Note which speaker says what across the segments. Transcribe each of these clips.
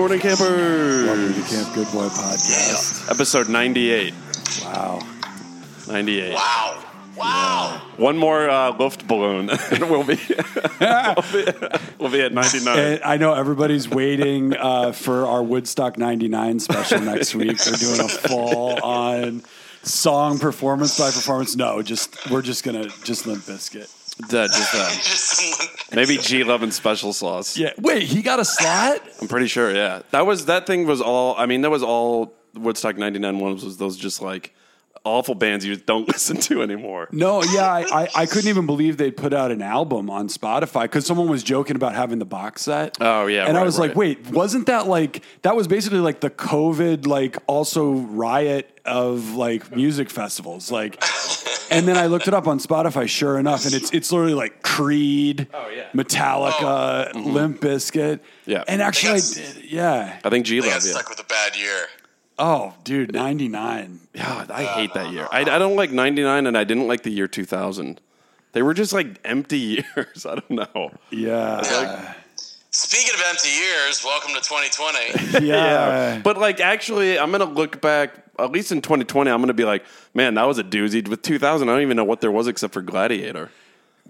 Speaker 1: Campers.
Speaker 2: Welcome to the Camp Good Boy podcast.
Speaker 1: Episode 98.
Speaker 2: Wow.
Speaker 1: 98.
Speaker 3: Wow. Wow.
Speaker 1: One more uh, Luft balloon, and we'll be, we'll be we'll be at 99.
Speaker 2: And I know everybody's waiting uh, for our Woodstock 99 special next week. They're doing a full on song performance by performance. No, just we're just going to just Limp Biscuit.
Speaker 1: That just, uh, maybe G Lovin' special sauce.
Speaker 2: Yeah. Wait, he got a slot?
Speaker 1: I'm pretty sure. Yeah, that was that thing was all. I mean, that was all Woodstock '99 ones was those just like awful bands you don't listen to anymore.
Speaker 2: No, yeah, I, I, I couldn't even believe they'd put out an album on Spotify because someone was joking about having the box set.
Speaker 1: Oh, yeah,
Speaker 2: and I
Speaker 1: right,
Speaker 2: was
Speaker 1: right.
Speaker 2: like, wait, wasn't that like that was basically like the COVID like also riot of like music festivals like, and then I looked it up on Spotify. Sure enough, and it's it's literally like Creed,
Speaker 1: Oh, yeah. Oh, mm-hmm.
Speaker 2: Metallica, Limp Bizkit,
Speaker 1: Yeah.
Speaker 2: and actually, I
Speaker 3: They got-
Speaker 2: did, yeah,
Speaker 1: I think G
Speaker 3: They got
Speaker 1: Love. Yeah,
Speaker 3: stuck with a bad year.
Speaker 2: oh dude, ninety nine.
Speaker 1: God, I hate that year. I, I don't like '99, and I didn't like the year 2000. They were just like empty years. I don't know.
Speaker 2: Yeah.
Speaker 3: Speaking of empty years, welcome to
Speaker 2: yeah,
Speaker 3: 2020.
Speaker 2: yeah,
Speaker 1: But like, actually, I'm gonna look back. At least in 2020, I'm gonna be like, man, that was a doozy. With 2000, I don't even know what there was except for Gladiator.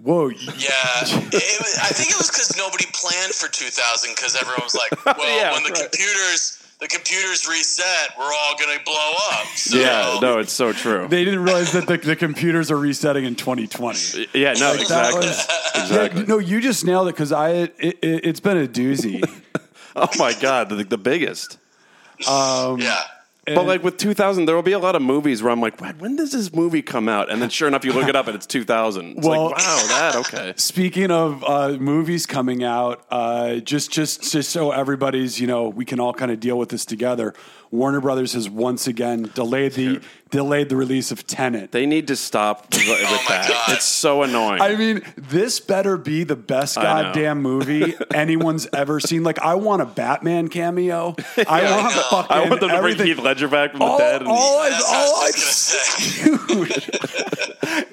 Speaker 2: Whoa,
Speaker 3: yeah, it, it was, I think it was because nobody planned for 2000 because everyone was like, "Well,
Speaker 1: Yeah,
Speaker 3: when the
Speaker 1: right.
Speaker 3: computers the computers reset, we're all gonna blow up." So,
Speaker 1: Yeah, no, it's so true.
Speaker 2: they didn't realize that the, the computers are resetting in 2020.
Speaker 1: Yeah, no,
Speaker 2: Like, that
Speaker 1: exactly.
Speaker 2: was-
Speaker 1: exactly.
Speaker 2: No, you just nailed it because I it, it, it's been a doozy.
Speaker 1: Oh my god, the, the biggest.
Speaker 2: Um,
Speaker 3: yeah.
Speaker 1: But like with 2000, there will be a lot of movies where I'm like, "What- when does this movie come out? And then sure enough, you look it up and it's 2000. It's
Speaker 2: Well-
Speaker 1: like, wow, that okay.
Speaker 2: Speaking of uh, movies coming out, uh, just just just so everybody's you know we can all kind of deal with this together. Warner Brothers has once again delayed the delayed the release of Tenant.
Speaker 1: They need to stop with
Speaker 3: Oh my
Speaker 1: that.
Speaker 3: God.
Speaker 1: It's so annoying.
Speaker 2: I mean, this better be the best
Speaker 1: know.
Speaker 2: goddamn movie anyone's ever seen. Like, I want a Batman cameo. I want
Speaker 3: know.
Speaker 2: fucking
Speaker 1: I want them to bring
Speaker 2: everything.
Speaker 1: Keith Ledger back from
Speaker 2: all,
Speaker 1: the dead. And,
Speaker 2: all I,
Speaker 3: That's what
Speaker 2: all
Speaker 3: I
Speaker 2: I
Speaker 3: was just gonna say.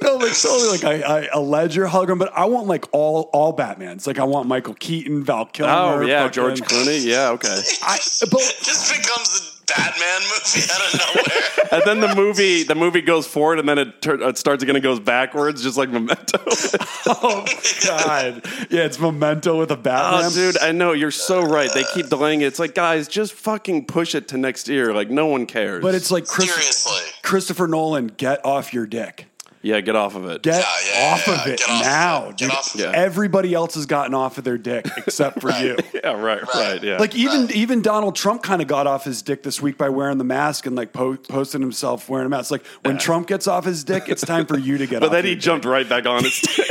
Speaker 2: no, like totally, like I, I, a Ledger hologram, but I want like all all Batmans. Like I want Michael Keaton, Val Kilmer.
Speaker 1: oh yeah,
Speaker 2: fucking-
Speaker 1: George Clooney. Yeah, okay.
Speaker 2: I, but
Speaker 3: This becomes the Batman movie out of nowhere.
Speaker 1: And then the movie, the movie goes forward, and then it, tur- it starts again and goes backwards, just like Memento.
Speaker 2: oh god, yeah, it's Memento with a Batman.
Speaker 1: oh, dude, I know you're so right. They keep delaying it. It's like, guys, just fucking push it to next year. Like no one cares.
Speaker 2: But it's like Chris,
Speaker 3: Seriously.
Speaker 2: Christopher Nolan, get off your dick.
Speaker 1: yeah, get off of it.
Speaker 2: Get
Speaker 3: Yeah, yeah,
Speaker 2: off
Speaker 3: yeah,
Speaker 2: of it
Speaker 3: get off of
Speaker 2: now,
Speaker 3: it, get
Speaker 2: dude.
Speaker 3: off of it.
Speaker 1: Yeah.
Speaker 2: Everybody else has gotten off of their dick except for you.
Speaker 1: Yeah, right, right, yeah.
Speaker 2: Like even even Donald Trump kind of got off his dick this week by wearing the mask and like po- posting himself wearing a mask. Like when Trump gets off his dick, it's time for you to get.
Speaker 1: but
Speaker 2: off
Speaker 1: then
Speaker 2: your
Speaker 1: he
Speaker 2: dick.
Speaker 1: jumped right back on his
Speaker 3: Yeah,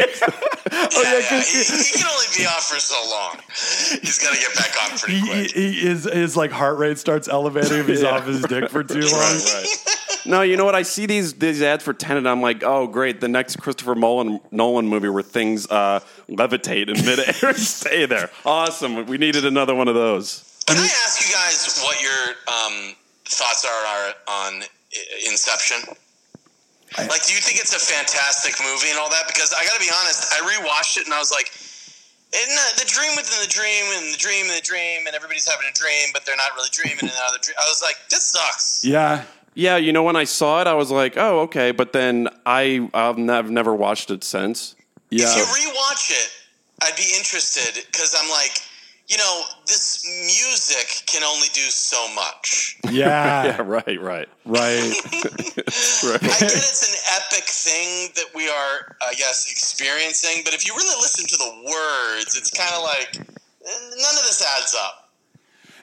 Speaker 3: yeah, he, he can only be off for so long. He's got to get back on pretty
Speaker 2: He,
Speaker 3: quick.
Speaker 2: he, he- his his like heart rate starts elevating if he's
Speaker 1: Yeah.
Speaker 2: off his dick for too long.
Speaker 1: No, you know what? I see these these ads for Tenet. I'm like, oh, great, the next Christopher Nolan Nolan movie where things uh, levitate in midair and stay there. Awesome. We needed another one of those.
Speaker 3: Can I ask you guys what your um, thoughts are, are on I- Inception? like, do you think it's a fantastic movie and all that? Because I got to be honest, I rewatched it and I was like, and uh, the dream within the dream and the dream and the dream and everybody's having a dream, but they're not really dreaming and another dream. I was like, this sucks.
Speaker 2: Yeah,
Speaker 1: Yeah, you know, when I saw it, I was like, oh, okay. But then I I've, ne- I've never watched it since.
Speaker 3: If you
Speaker 2: yeah.
Speaker 3: rewatch it, I'd be interested because I'm like, you know, this music can only do so much.
Speaker 2: Yeah,
Speaker 1: Yeah, right, right.
Speaker 2: right.
Speaker 3: I get it's an epic thing that we are, I guess, experiencing, but if you really listen to the words, it's kind of like eh, none of this adds up.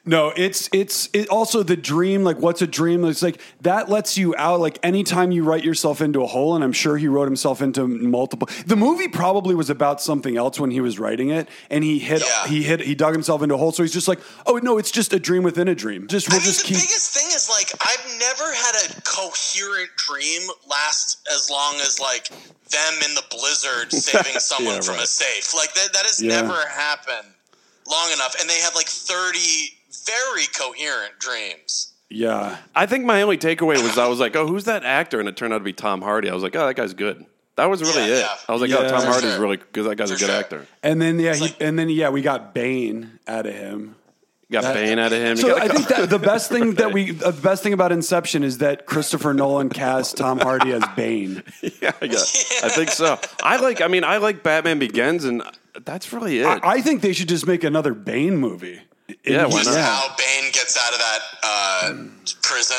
Speaker 2: No, it's it's it also the dream. Like, what's a dream? It's like that lets you out. Like, anytime you write yourself into a hole, and I'm sure he wrote himself into multiple. The movie probably was about something else when he was writing it, and he hit
Speaker 3: Yeah.
Speaker 2: he hit he dug himself into a hole. So he's just like, oh no, it's just a dream within a dream. Just
Speaker 3: I
Speaker 2: we'll
Speaker 3: mean,
Speaker 2: just
Speaker 3: the
Speaker 2: keep.
Speaker 3: biggest thing is like I've never had a coherent dream last as long as like them in the blizzard saving someone
Speaker 1: Yeah,
Speaker 3: from a
Speaker 1: right.
Speaker 3: safe. Like that, that has
Speaker 2: Yeah.
Speaker 3: never happened long enough, and they have like thirty very coherent dreams.
Speaker 2: yeah,
Speaker 1: I think my only takeaway was I was like, oh, who's that actor? And it turned out to be Tom Hardy. I was like, oh, that guy's good. That was really
Speaker 3: Yeah,
Speaker 1: it.
Speaker 3: yeah.
Speaker 1: I was like,
Speaker 2: Yeah.
Speaker 1: oh, Tom
Speaker 2: For
Speaker 1: Hardy's
Speaker 3: sure.
Speaker 1: really good. That guy's a
Speaker 3: For
Speaker 1: good
Speaker 3: sure.
Speaker 1: actor.
Speaker 2: and then yeah, he,
Speaker 3: like-
Speaker 2: and then yeah, we got Bane out of him.
Speaker 1: got
Speaker 2: That-
Speaker 1: Bane out of him. You
Speaker 2: So
Speaker 1: got a
Speaker 2: I think
Speaker 1: couple-
Speaker 2: that the best thing that we, uh, the best thing about Inception is that Christopher Nolan cast Tom Hardy as Bane.
Speaker 1: yeah, I, guess. I think so. I like. I mean, I like Batman Begins, and that's really it.
Speaker 2: I, I think they should just make another Bane movie.
Speaker 1: Yeah, why
Speaker 3: Just
Speaker 1: not?
Speaker 3: how Bane gets out of that uh, prison,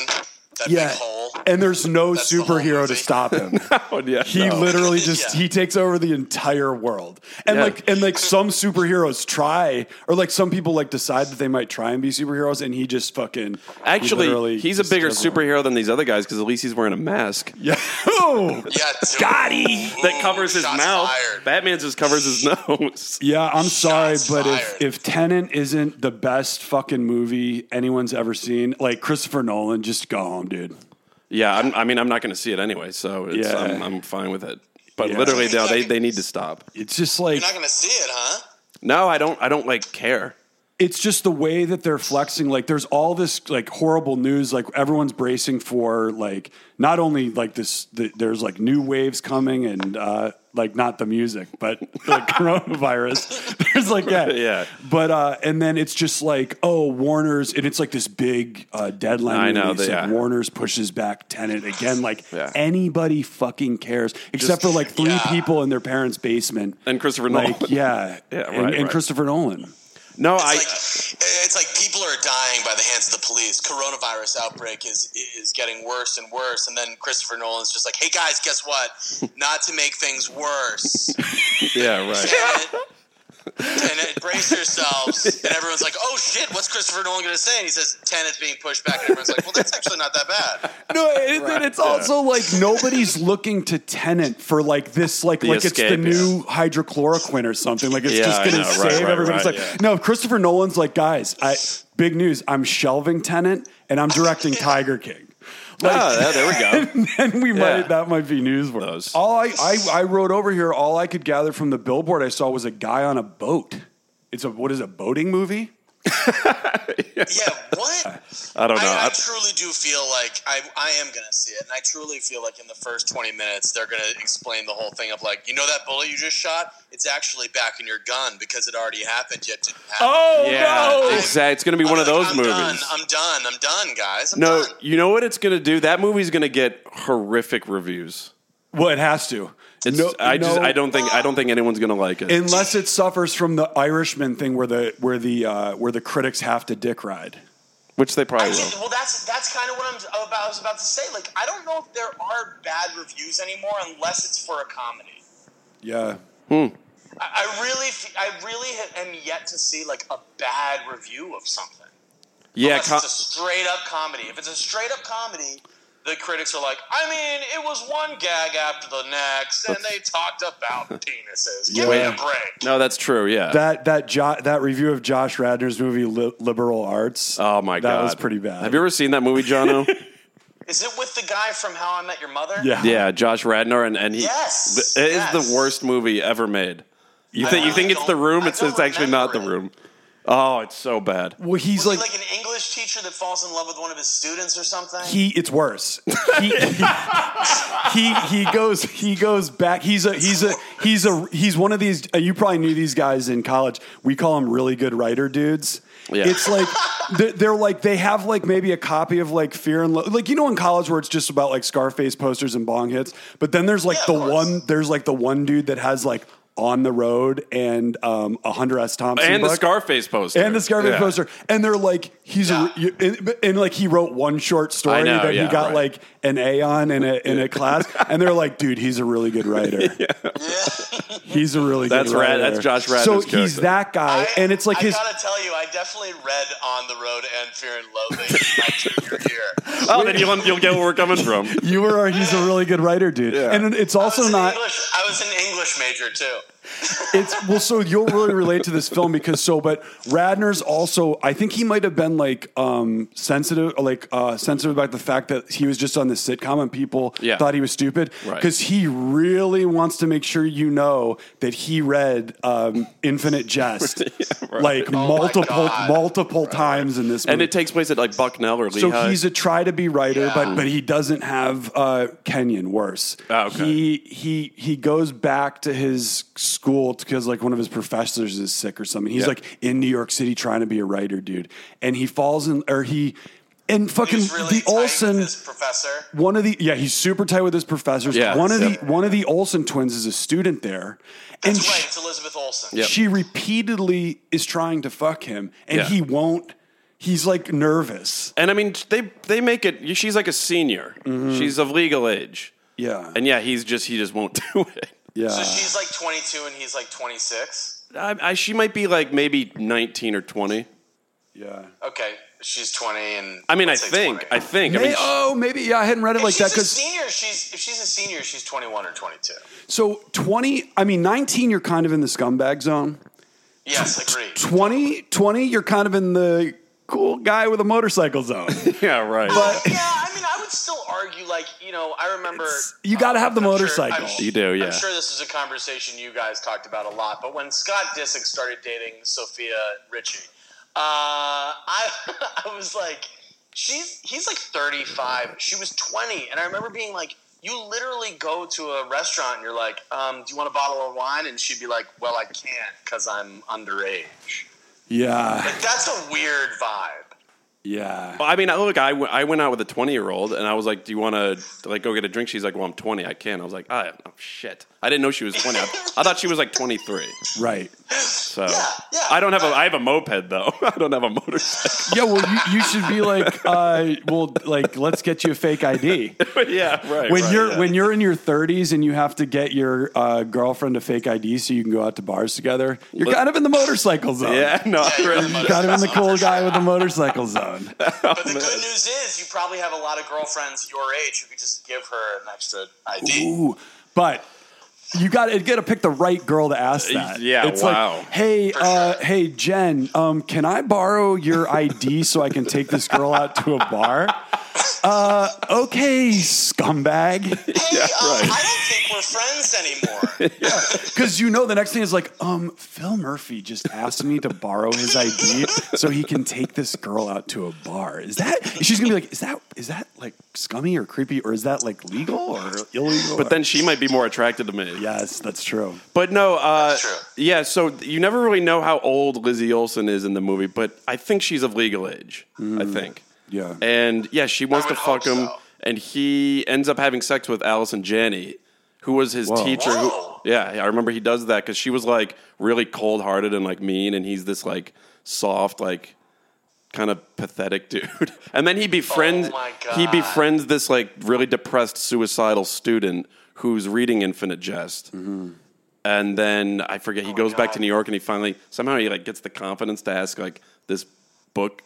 Speaker 3: that
Speaker 2: Yeah,
Speaker 3: big hole.
Speaker 2: and there's no
Speaker 3: That's the whole
Speaker 2: superhero to
Speaker 3: movie.
Speaker 2: stop him.
Speaker 1: Oh, yeah,
Speaker 2: He
Speaker 1: no.
Speaker 2: literally just
Speaker 3: Yeah.
Speaker 2: he takes over the entire world, and
Speaker 1: Yeah.
Speaker 2: like and like some superheroes try, or like some people like decide that they might try and be superheroes, and he just fucking he
Speaker 1: Actually,
Speaker 2: literally
Speaker 1: he's a
Speaker 2: just
Speaker 1: bigger
Speaker 2: doesn't-
Speaker 1: superhero than these other guys because at least he's wearing a mask
Speaker 2: Yeah, Oh!
Speaker 3: Yeah, dude.
Speaker 1: that covers his
Speaker 3: Shots
Speaker 1: mouth.
Speaker 3: fired.
Speaker 1: Batman just covers his nose.
Speaker 2: yeah. I'm sorry,
Speaker 3: Shots
Speaker 2: but if
Speaker 3: fired.
Speaker 2: if Tenant isn't the best fucking movie anyone's ever seen, like Christopher Nolan, just go home, dude.
Speaker 1: Yeah, I'm, I mean, I'm not going to see it anyway, so it's,
Speaker 2: Yeah.
Speaker 1: I'm, I'm fine with it. But
Speaker 2: Yeah.
Speaker 1: literally, no, they, they need to stop.
Speaker 2: It's just like
Speaker 3: You're not gonna see it, huh?
Speaker 1: No, I don't. I don't like care.
Speaker 2: it's just the way that they're flexing like there's all this like horrible news like everyone's bracing for like not only like this the, there's like new waves coming and uh like not the music but the coronavirus there's like yeah
Speaker 1: Yeah.
Speaker 2: but uh and then it's just like oh warner's and it's like this big uh deadline
Speaker 1: I know,
Speaker 2: release.
Speaker 1: the-
Speaker 2: like,
Speaker 1: yeah.
Speaker 2: warner's pushes back tenant again like
Speaker 1: Yeah.
Speaker 2: anybody fucking cares
Speaker 1: Just-
Speaker 2: except for like three
Speaker 3: yeah.
Speaker 2: people in their parents basement
Speaker 1: And Christopher Nolan.
Speaker 2: like yeah,
Speaker 1: Yeah,
Speaker 2: and,
Speaker 1: right,
Speaker 2: and
Speaker 1: right.
Speaker 2: christopher nolan
Speaker 1: No, I.
Speaker 3: Like, it's like people are dying by the hands of the police. Coronavirus outbreak is is getting worse and worse, and then Christopher Nolan's just like, "Hey guys, guess what? Not to make things worse,
Speaker 1: yeah, right.
Speaker 3: Tenet, brace yourselves." And everyone's like, "Oh shit, what's Christopher Nolan going to say?" And he says, "Tenet's being pushed back." And everyone's like, "Well, that's actually not that bad."
Speaker 2: No, and then it's also like nobody's looking to tenant for like this, like like it's the
Speaker 1: escape,
Speaker 2: new hydrochloroquine or something. Like it's
Speaker 1: Yeah,
Speaker 2: just
Speaker 1: I
Speaker 2: going to
Speaker 1: know, right,
Speaker 2: save
Speaker 1: right,
Speaker 2: everybody's
Speaker 1: right,
Speaker 2: life.
Speaker 1: yeah.
Speaker 2: No, Christopher Nolan's like, guys, I big news. I'm shelving tenant and I'm directing Tiger King. Like,
Speaker 1: oh, yeah, there we go.
Speaker 2: and we
Speaker 1: Yeah.
Speaker 2: might that might be news for
Speaker 1: Those.
Speaker 2: us. All I, I I wrote over here. All I could gather from the billboard I saw was a guy on a boat. It's a what is it, a boating movie?
Speaker 3: Yeah, what?
Speaker 1: I don't know.
Speaker 3: I, I
Speaker 1: I,
Speaker 3: truly do feel like I, I am going to see it. And I truly feel like in the first 20 minutes, they're going to explain the whole thing of like, you know, that bullet you just shot? It's actually back in your gun because it already happened, yet didn't happen.
Speaker 1: yeah, exactly. It's going to be
Speaker 3: I'm
Speaker 1: Oh, one of
Speaker 3: like,
Speaker 1: those
Speaker 3: I'm
Speaker 1: movies.
Speaker 3: Done. I'm done. I'm done, guys. I'm
Speaker 1: no,
Speaker 3: done.
Speaker 1: you know what it's going to do? That movie's going to get horrific reviews.
Speaker 2: Well, it has to.
Speaker 1: It's,
Speaker 2: No-
Speaker 1: I just
Speaker 2: no-
Speaker 1: I don't think I don't think anyone's going to like it.
Speaker 2: unless it suffers from the Irishman thing where the where the uh, where the critics have to dick ride.
Speaker 1: which they probably
Speaker 3: I
Speaker 1: will.
Speaker 3: mean, well, that's that's kind of what I'm oh, about. I was about to say. Like, I don't know if there are bad reviews anymore, unless it's for a comedy.
Speaker 2: Yeah.
Speaker 3: I, I really, f- I really ha- am yet to see like a bad review of something.
Speaker 1: Yeah,
Speaker 3: Unless
Speaker 1: co-
Speaker 3: it's a straight up comedy. If it's a straight up comedy, the critics are like, I mean, it was one gag after the next, and they talked about penises. Give me
Speaker 1: Yeah.
Speaker 3: a break.
Speaker 1: no, that's true. Yeah,
Speaker 2: That that jo- that review of Josh Radner's movie Li- Liberal Arts.
Speaker 1: oh my god,
Speaker 2: That was pretty bad.
Speaker 1: Have you ever seen that movie, Jono?
Speaker 3: Is it with the guy from How I Met Your Mother?
Speaker 2: Yeah.
Speaker 1: yeah, Josh Radnor, and and he
Speaker 3: Yes,
Speaker 1: th- it is
Speaker 3: yes.
Speaker 1: the worst movie ever made. You think you
Speaker 3: I
Speaker 1: think it's the
Speaker 3: don't-
Speaker 1: room?
Speaker 3: I
Speaker 1: It's
Speaker 3: don't
Speaker 1: it's actually not the
Speaker 3: remember it.
Speaker 1: room. Oh, it's so bad.
Speaker 2: Well, he's
Speaker 3: Was like,
Speaker 2: like.
Speaker 3: he like an English teacher that falls in love with one of his students or something?
Speaker 2: he it's worse. He, he, he he goes he goes back. He's a he's a he's a he's one of these. uh, You probably knew these guys in college. We call them really good writer dudes.
Speaker 1: Yeah.
Speaker 2: It's like they're, they're like they have like maybe a copy of like Fear and Lo- like you know in college where it's just about like Scarface posters and bong hits. But then there's like
Speaker 3: Yeah,
Speaker 2: the
Speaker 3: of course.
Speaker 2: one there's like the one dude that has like on the road and um, a Hunter S. Thompson
Speaker 1: And the
Speaker 2: book.
Speaker 1: Scarface poster.
Speaker 2: And the Scarface
Speaker 1: Yeah.
Speaker 2: poster, and they're like, he's
Speaker 3: Yeah.
Speaker 2: a, you- and, and like he wrote one short story
Speaker 1: I know,
Speaker 2: that
Speaker 1: yeah,
Speaker 2: he got
Speaker 1: right.
Speaker 2: like an A on in a in a class, and they're like, dude, he's a really good writer. He's a really
Speaker 1: That's
Speaker 2: good
Speaker 1: Rad-
Speaker 2: writer.
Speaker 1: that's Josh Radner's
Speaker 2: So he's
Speaker 1: character.
Speaker 2: that guy,
Speaker 3: I-
Speaker 2: and it's like
Speaker 3: I
Speaker 2: his.
Speaker 3: gotta tell you, I definitely read On the Road and Fear and Loathing in my junior year.
Speaker 1: Oh, then you'll you'll get where we're coming from.
Speaker 2: You were, he's a really good writer, dude,
Speaker 1: Yeah.
Speaker 2: and it's
Speaker 3: I was
Speaker 2: also
Speaker 3: an
Speaker 2: not.
Speaker 3: English. I was an English major too.
Speaker 2: It's well, so you'll really relate to this film because so, but Radner's also. I think he might have been like um sensitive, like uh sensitive about the fact that he was just on the sitcom and people
Speaker 1: Yeah.
Speaker 2: thought he was stupid
Speaker 1: Right.
Speaker 2: because he really wants to make sure you know that he read um Infinite Jest like multiple
Speaker 3: God.
Speaker 2: multiple times in this,
Speaker 1: And
Speaker 2: movie.
Speaker 1: it takes place at like Bucknell or
Speaker 2: So
Speaker 1: Lehigh.
Speaker 2: he's a try to be writer,
Speaker 3: Yeah.
Speaker 2: but but he doesn't have uh, Kenyon. Worse,
Speaker 1: Oh, Ah, okay.
Speaker 2: he he he goes back to his school because like one of his professors is sick or something. He's
Speaker 1: Yeah.
Speaker 2: like in New York City trying to be a writer, dude, and he falls in or he and fucking
Speaker 3: He's really
Speaker 2: the Olsen.
Speaker 3: This professor.
Speaker 2: One of the yeah, he's super tight with his professors.
Speaker 1: Yeah.
Speaker 2: one of
Speaker 1: Yep.
Speaker 2: the one of the Olsen twins is a student there, and
Speaker 3: That's
Speaker 2: she-
Speaker 3: right. It's Elizabeth Olsen.
Speaker 1: Yep.
Speaker 2: she repeatedly is trying to fuck him, and
Speaker 1: Yeah.
Speaker 2: he won't. He's like nervous.
Speaker 1: And I mean, they they make it. She's like a senior.
Speaker 2: Mm-hmm.
Speaker 1: She's of legal age.
Speaker 2: Yeah,
Speaker 1: And yeah, he's just he just won't do it.
Speaker 2: yeah.
Speaker 1: Uh.
Speaker 3: So she's like 22 and he's like 26.
Speaker 1: I, I, she might be like maybe nineteen or twenty.
Speaker 2: yeah.
Speaker 3: Okay, she's 20 and
Speaker 1: I mean,
Speaker 3: let's
Speaker 1: I
Speaker 3: say
Speaker 1: think,
Speaker 3: 20.
Speaker 1: I think. I
Speaker 2: May-
Speaker 1: mean, she-
Speaker 2: oh, maybe yeah. I hadn't read it
Speaker 3: If
Speaker 2: like
Speaker 3: she's
Speaker 2: that
Speaker 3: a
Speaker 2: because
Speaker 3: senior. She's if she's a senior, she's 21 or 22.
Speaker 2: so twenty. I mean, nineteen. You're kind of in the scumbag zone.
Speaker 3: Yes, agreed.
Speaker 2: 20, 20 You're kind of in the cool guy with a motorcycle zone.
Speaker 1: yeah, right.
Speaker 3: yeah, I mean, I would still argue, like, you know, I remember.
Speaker 2: you gotta have the
Speaker 3: I'm sure-
Speaker 2: motorcycle.
Speaker 3: I'm-
Speaker 1: You do, yeah.
Speaker 3: I'm sure this is a conversation you guys talked about a lot, but when Scott Disick started dating Sophia Ritchie, uh, I, I was like, she's he's like 35, she was 20, and I remember being like, you literally go to a restaurant and you're like, um, do you want a bottle of wine? And she'd be like, well, I can't because I'm underage.
Speaker 2: yeah,
Speaker 3: That's a weird vibe.
Speaker 2: yeah.
Speaker 1: Well, I mean, I- look, I, w- I went out with a 20 year old and I was like, Do you want to like go get a drink? She's like, Well, I'm 20. I can. I was like, ah, Oh, shit. I didn't know she was 20. I, I thought she was like 23.
Speaker 2: Right.
Speaker 1: So
Speaker 3: yeah.
Speaker 1: I don't have a, I have a moped though. I don't have a motorcycle.
Speaker 2: Yeah. Well, you, you should be like, uh, well, like, let's get you a fake ID.
Speaker 1: yeah, right.
Speaker 2: When
Speaker 1: right,
Speaker 2: you're
Speaker 1: yeah.
Speaker 2: when you're in your 30s and you have to get your uh, girlfriend a fake ID so you can go out to bars together, you're kind of in the motorcycle zone.
Speaker 1: yeah, no,
Speaker 3: Yeah, you're
Speaker 1: really-
Speaker 3: on the
Speaker 2: Kind of in the cool guy with a motorcycle zone.
Speaker 1: Oh,
Speaker 3: But the good news is, you probably have a lot of girlfriends your age who could just give her an extra ID.
Speaker 2: Ooh, but you got to got to pick the right girl to ask that.
Speaker 1: Yeah,
Speaker 2: it's
Speaker 1: wow.
Speaker 2: Like, hey,
Speaker 3: For
Speaker 2: uh,
Speaker 3: sure.
Speaker 2: hey, Jen, um, can I borrow your ID so I can take this girl out to a bar? Uh, okay, scumbag.
Speaker 3: Hey, um, I don't think we're friends anymore.
Speaker 2: Because you know the next thing is like, um, Phil Murphy just asked me to borrow his ID so he can take this girl out to a bar. Is that? She's gonna be like, is that is that like scummy or creepy or is that like legal or illegal?
Speaker 1: but then she might be more attracted to me.
Speaker 2: yes, that's true.
Speaker 1: But no, uh,
Speaker 3: That's true.
Speaker 1: yeah. So you never really know how old Lizzie Olson is in the movie, but I think she's of legal age. I think.
Speaker 2: Yeah.
Speaker 1: And yeah, she wants
Speaker 3: I
Speaker 1: to
Speaker 3: would
Speaker 1: fuck
Speaker 3: hope
Speaker 1: him,
Speaker 3: so.
Speaker 1: and he ends up having sex with Allison Janney, who was his
Speaker 2: Whoa.
Speaker 1: teacher. who-
Speaker 3: Whoa.
Speaker 1: yeah, I remember he does that because she was like really cold hearted and like mean, and he's this like soft, like kind of pathetic dude. And then he befriends
Speaker 3: Oh my
Speaker 1: he
Speaker 3: God.
Speaker 1: befriends this like really depressed suicidal student who's reading Infinite Jest. And then I forget he goes back
Speaker 3: Oh God.
Speaker 1: to New York and he finally somehow he like gets the confidence to ask like this book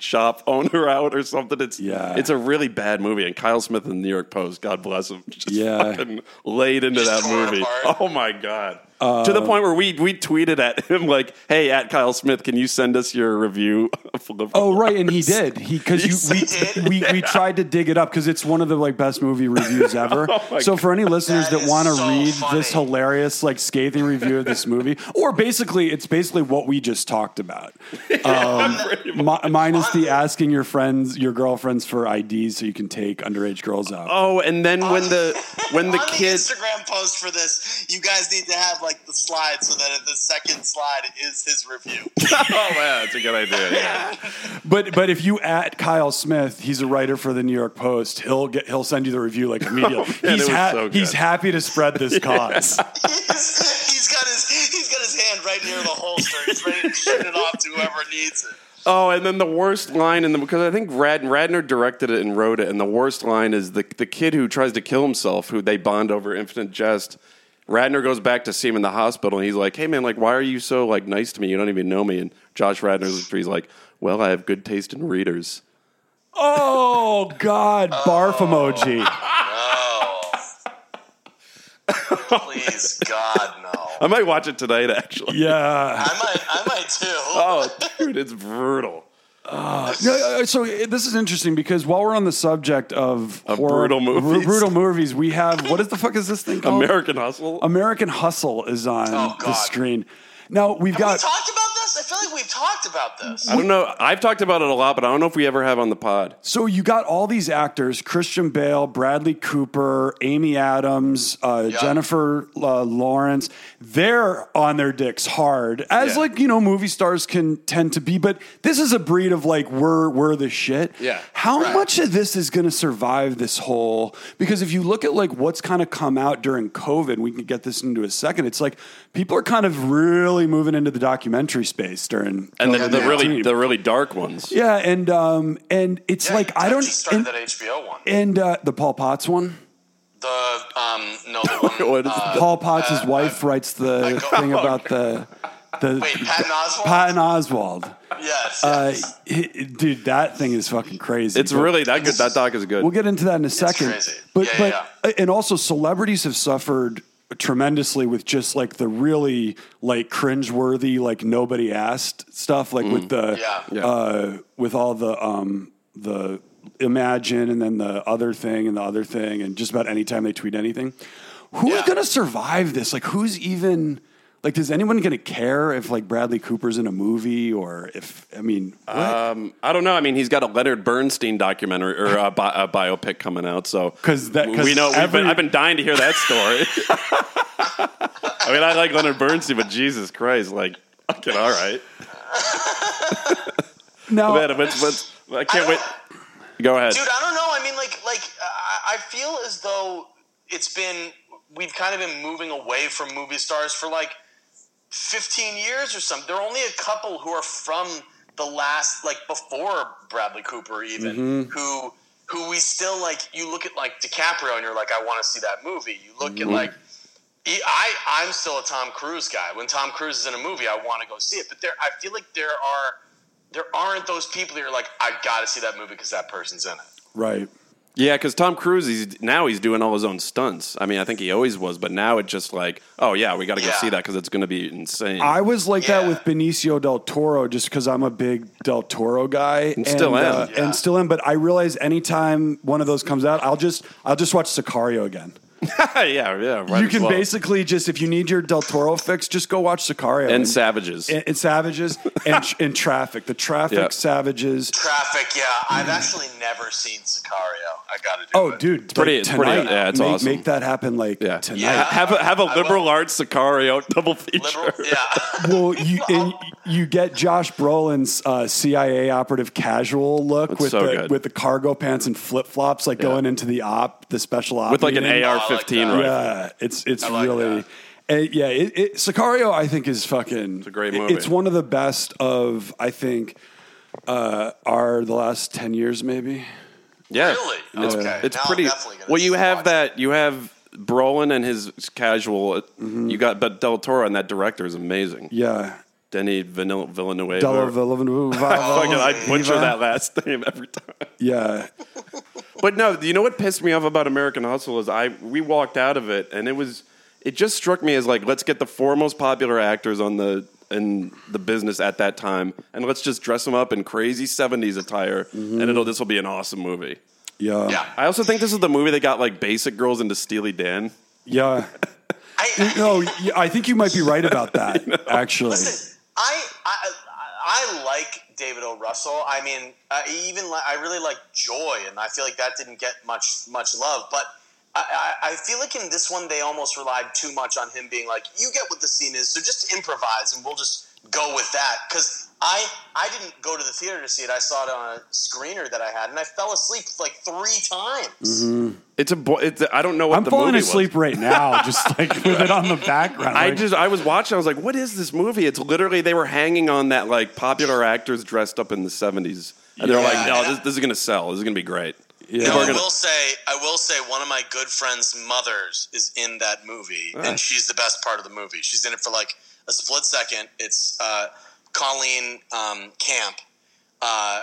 Speaker 1: shop owner out or something. It's
Speaker 2: Yeah.
Speaker 1: it's a really bad movie. And Kyle Smith in the New York Post, God bless him, just
Speaker 2: Yeah.
Speaker 1: fucking laid into
Speaker 3: Just
Speaker 1: that
Speaker 3: tore it
Speaker 1: movie.
Speaker 3: apart.
Speaker 1: Oh my god. to the point where we we tweeted at him like, "Hey, at Kyle Smith, can you send us your review?" Of Liverpool?"
Speaker 2: Oh right, and he did. He because
Speaker 1: He
Speaker 2: you we, we we tried to dig it up because it's one of the like best movie reviews ever.
Speaker 1: my
Speaker 2: so for any listeners
Speaker 3: That
Speaker 2: that,
Speaker 3: is
Speaker 2: want to
Speaker 3: so
Speaker 2: read
Speaker 3: funny.
Speaker 2: this hilarious like scathing review of this movie, or basically it's basically what we just talked about, um, mi- minus the asking your friends your girlfriends for IDs so you can take underage girls out.
Speaker 1: Oh, and then when the when the
Speaker 3: On the
Speaker 1: kid
Speaker 3: Instagram post for this, you guys need to have like the slide so that the second slide is his review.
Speaker 1: oh yeah, that's a good idea. Yeah.
Speaker 2: But but if you at Kyle Smith, he's a writer for the New York Post. He'll get he'll send you the review like immediately.
Speaker 1: man, it
Speaker 2: he's
Speaker 1: was
Speaker 2: ha-
Speaker 1: so good.
Speaker 2: he's happy to spread this cause.
Speaker 3: he's, he's got his he's got his hand right near the holster. He's ready to shoot it off to whoever needs it.
Speaker 1: Oh, and then the worst line in the because I think Rad, Radner directed it and wrote it, and the worst line is the the kid who tries to kill himself, who they bond over infinite jest. Radner goes back to see him in the hospital, and he's like, "Hey man, like, why are you so like nice to me? You don't even know me." And Josh Radner's he's like, "Well, I have good taste in readers."
Speaker 2: Oh God, barf emoji.
Speaker 3: Oh. Please, God, no.
Speaker 1: I might watch it tonight, actually.
Speaker 2: Yeah.
Speaker 3: I might, I might too.
Speaker 1: Oh, dude, it's brutal.
Speaker 2: No, uh, so uh, this is interesting because while we're on the subject of
Speaker 1: brutal movies.
Speaker 2: brutal movies, we have what is the fuck is this thing called? Um,
Speaker 1: American Hustle.
Speaker 2: American Hustle is on
Speaker 3: Oh,
Speaker 2: the
Speaker 3: God.
Speaker 2: screen. Now we've
Speaker 3: We
Speaker 2: got
Speaker 3: talked about this. I feel like we've talked about this.
Speaker 1: I don't know. I've talked about it a lot, but I don't know if we ever have on the pod.
Speaker 2: So you got all these actors: Christian Bale, Bradley Cooper, Amy Adams, uh,
Speaker 3: Yeah.
Speaker 2: Jennifer uh, Lawrence. They're on their dicks hard, as
Speaker 1: Yeah.
Speaker 2: like you know movie stars can tend to be. But this is a breed of like we're we're the shit.
Speaker 1: Yeah.
Speaker 2: How
Speaker 3: Right.
Speaker 2: much of this is going to survive this whole? Because if you look at like what's kind of come out during COVID, we can get this into a second. It's like people are kind of really moving into the documentary space during
Speaker 1: And the, the
Speaker 2: COVID-19.
Speaker 1: really the really dark ones.
Speaker 2: Yeah, and um, and it's
Speaker 3: Yeah,
Speaker 2: like I
Speaker 3: He
Speaker 2: don't
Speaker 3: started
Speaker 2: and,
Speaker 3: that HBO one.
Speaker 2: and uh, the Paul Potts one.
Speaker 3: The um no the one.
Speaker 1: What is
Speaker 3: uh,
Speaker 2: Paul Potts' wife writes
Speaker 3: I
Speaker 2: the
Speaker 3: go-
Speaker 2: thing about the the
Speaker 3: Wait, Patton Oswalt.
Speaker 2: Patton Oswald.
Speaker 3: yes.
Speaker 2: Uh,
Speaker 3: yes.
Speaker 2: he- dude, that thing is fucking crazy.
Speaker 1: It's
Speaker 2: But
Speaker 1: really that good. That doc is good.
Speaker 2: We'll get into that in a second.
Speaker 3: crazy.
Speaker 2: But
Speaker 3: Yeah,
Speaker 2: but
Speaker 3: yeah,
Speaker 2: and also celebrities have suffered tremendously with just like the really like cringeworthy like nobody asked stuff like with the
Speaker 3: Mm. Yeah. Yeah.
Speaker 2: uh with all the um the imagine and then the other thing and the other thing and just about any time they tweet anything who's
Speaker 3: Yeah.
Speaker 2: gonna survive this like who's even like is anyone gonna care if like bradley cooper's in a movie or if i mean what?
Speaker 1: Um, I don't know. I mean, he's got a Leonard Bernstein documentary or a, bi- a biopic coming out. So
Speaker 2: 'Cause that- 'cause
Speaker 1: we know, we've
Speaker 2: every-
Speaker 1: been, I've been dying to hear that story. I mean, I like Leonard Bernstein, but Jesus Christ, like, okay, all right,
Speaker 2: now
Speaker 1: man, what's, what's, I can't
Speaker 3: I
Speaker 1: wait. Go ahead.
Speaker 3: Dude, I don't know. I mean, like, like uh, I I feel as though it's been we've kind of been moving away from movie stars for like 15 years or something. There are only a couple who are from the last, like, before Bradley Cooper, even who who we still like. You look at like DiCaprio, and you're like, I want to see that movie. You look at like. he- I, I'm still a Tom Cruise guy. When Tom Cruise is in a movie, I want to go see it. But there, I feel like there are there aren't those people that are like, I gotta see that movie because that person's in it.
Speaker 2: right
Speaker 1: Yeah, because Tom Cruise, he's now he's doing all his own stunts. I mean, I think he always was, but now it's just like, oh yeah, we got to go
Speaker 3: Yeah.
Speaker 1: see that because it's going to be insane.
Speaker 2: I was like that
Speaker 3: Yeah.
Speaker 2: with Benicio del Toro just because I'm a big del Toro guy and
Speaker 1: still am.
Speaker 2: uh,
Speaker 3: Yeah.
Speaker 2: and still am. But I realize anytime one of those comes out, I'll just I'll just watch Sicario again.
Speaker 1: yeah, yeah, right.
Speaker 2: you
Speaker 1: as
Speaker 2: can
Speaker 1: well.
Speaker 2: basically just if you need your del Toro fix, just go watch Sicario
Speaker 1: and Savages.
Speaker 2: and, and Savages and, and Traffic. The Traffic
Speaker 1: Yeah.
Speaker 2: Savages.
Speaker 3: Traffic, yeah. I've actually never seen Sicario. I gotta do
Speaker 2: Hmm. Oh,
Speaker 3: it.
Speaker 2: dude,
Speaker 1: pretty-
Speaker 2: like,
Speaker 1: it's pretty-
Speaker 2: tonight,
Speaker 1: yeah, it's
Speaker 2: make,
Speaker 1: awesome.
Speaker 2: Make that happen like
Speaker 1: yeah,
Speaker 2: tonight.
Speaker 1: Ha- have a, have a
Speaker 3: I
Speaker 1: liberal
Speaker 3: will.
Speaker 1: arts Sicario double feature.
Speaker 3: Liberal, yeah.
Speaker 2: Well, you and you get Josh Brolin's uh, CIA operative casual look with
Speaker 1: so
Speaker 2: the
Speaker 1: good.
Speaker 2: with the cargo pants and flip flops, like
Speaker 1: Yeah.
Speaker 2: going into the op, the special op
Speaker 1: with like an
Speaker 2: meeting.
Speaker 1: AR-15
Speaker 3: Oh, I like that.
Speaker 1: rifle.
Speaker 2: Yeah, it's it's
Speaker 3: I like
Speaker 2: really,
Speaker 3: that.
Speaker 2: and yeah. It, it, Sicario, I think, is fucking. It's
Speaker 1: a great movie.
Speaker 2: It's one of the best of I think, uh, are the last ten years maybe.
Speaker 1: Yeah,
Speaker 3: Really?
Speaker 1: It's,
Speaker 3: Okay.
Speaker 1: it's
Speaker 3: Now I'm
Speaker 1: pretty.
Speaker 3: definitely gonna
Speaker 1: Well, you have
Speaker 3: watch
Speaker 1: that. You have Brolin and his casual. uh, You got, but Del Toro and that director is amazing.
Speaker 2: Yeah,
Speaker 1: Denny Vanil- Villanueva.
Speaker 2: Della Villanova.
Speaker 1: Fucking, I butcher
Speaker 2: Viva.
Speaker 1: that last name every time.
Speaker 2: Yeah,
Speaker 1: But no, you know what pissed me off about American Hustle is I we walked out of it and it was it just struck me as like let's get the four most popular actors on the in the business at that time and let's just dress them up in crazy 70s attire and it'll this will be an awesome movie.
Speaker 2: yeah,
Speaker 3: Yeah.
Speaker 1: I also think this is the movie that got like basic girls into Steely Dan.
Speaker 2: yeah.
Speaker 3: I,
Speaker 2: No, yeah, I think you might be right about that. Actually,
Speaker 3: Listen, I, I I like David O. Russell. I mean, uh, even li- I really like Joy, and I feel like that didn't get much much love. But I, I, I feel like in this one they almost relied too much on him being like, "You get what the scene is, so just improvise, and we'll just go with that." Because I I didn't go to the theater to see it. I saw it on a screener that I had, and I fell asleep like three
Speaker 2: Mm-hmm.
Speaker 3: times.
Speaker 1: It's a bo- it's a, I don't know what
Speaker 2: I'm
Speaker 1: the
Speaker 2: falling
Speaker 1: movie was.
Speaker 2: asleep right now, just like with it on the background.
Speaker 1: I
Speaker 2: Like,
Speaker 1: just I was watching. I was like, "What is this movie?" It's literally they were hanging on that like popular actors dressed up in the seventies, and they're
Speaker 2: Yeah.
Speaker 1: like, "No, this, this is gonna sell. This is gonna be great."
Speaker 2: Yeah.
Speaker 3: No,
Speaker 1: People are
Speaker 3: I
Speaker 1: gonna-
Speaker 3: will say, I will say, one of my good friend's mothers is in that movie, and she's the best part of the movie. She's in it for like a split second. It's uh, Colleen um, Camp. Uh,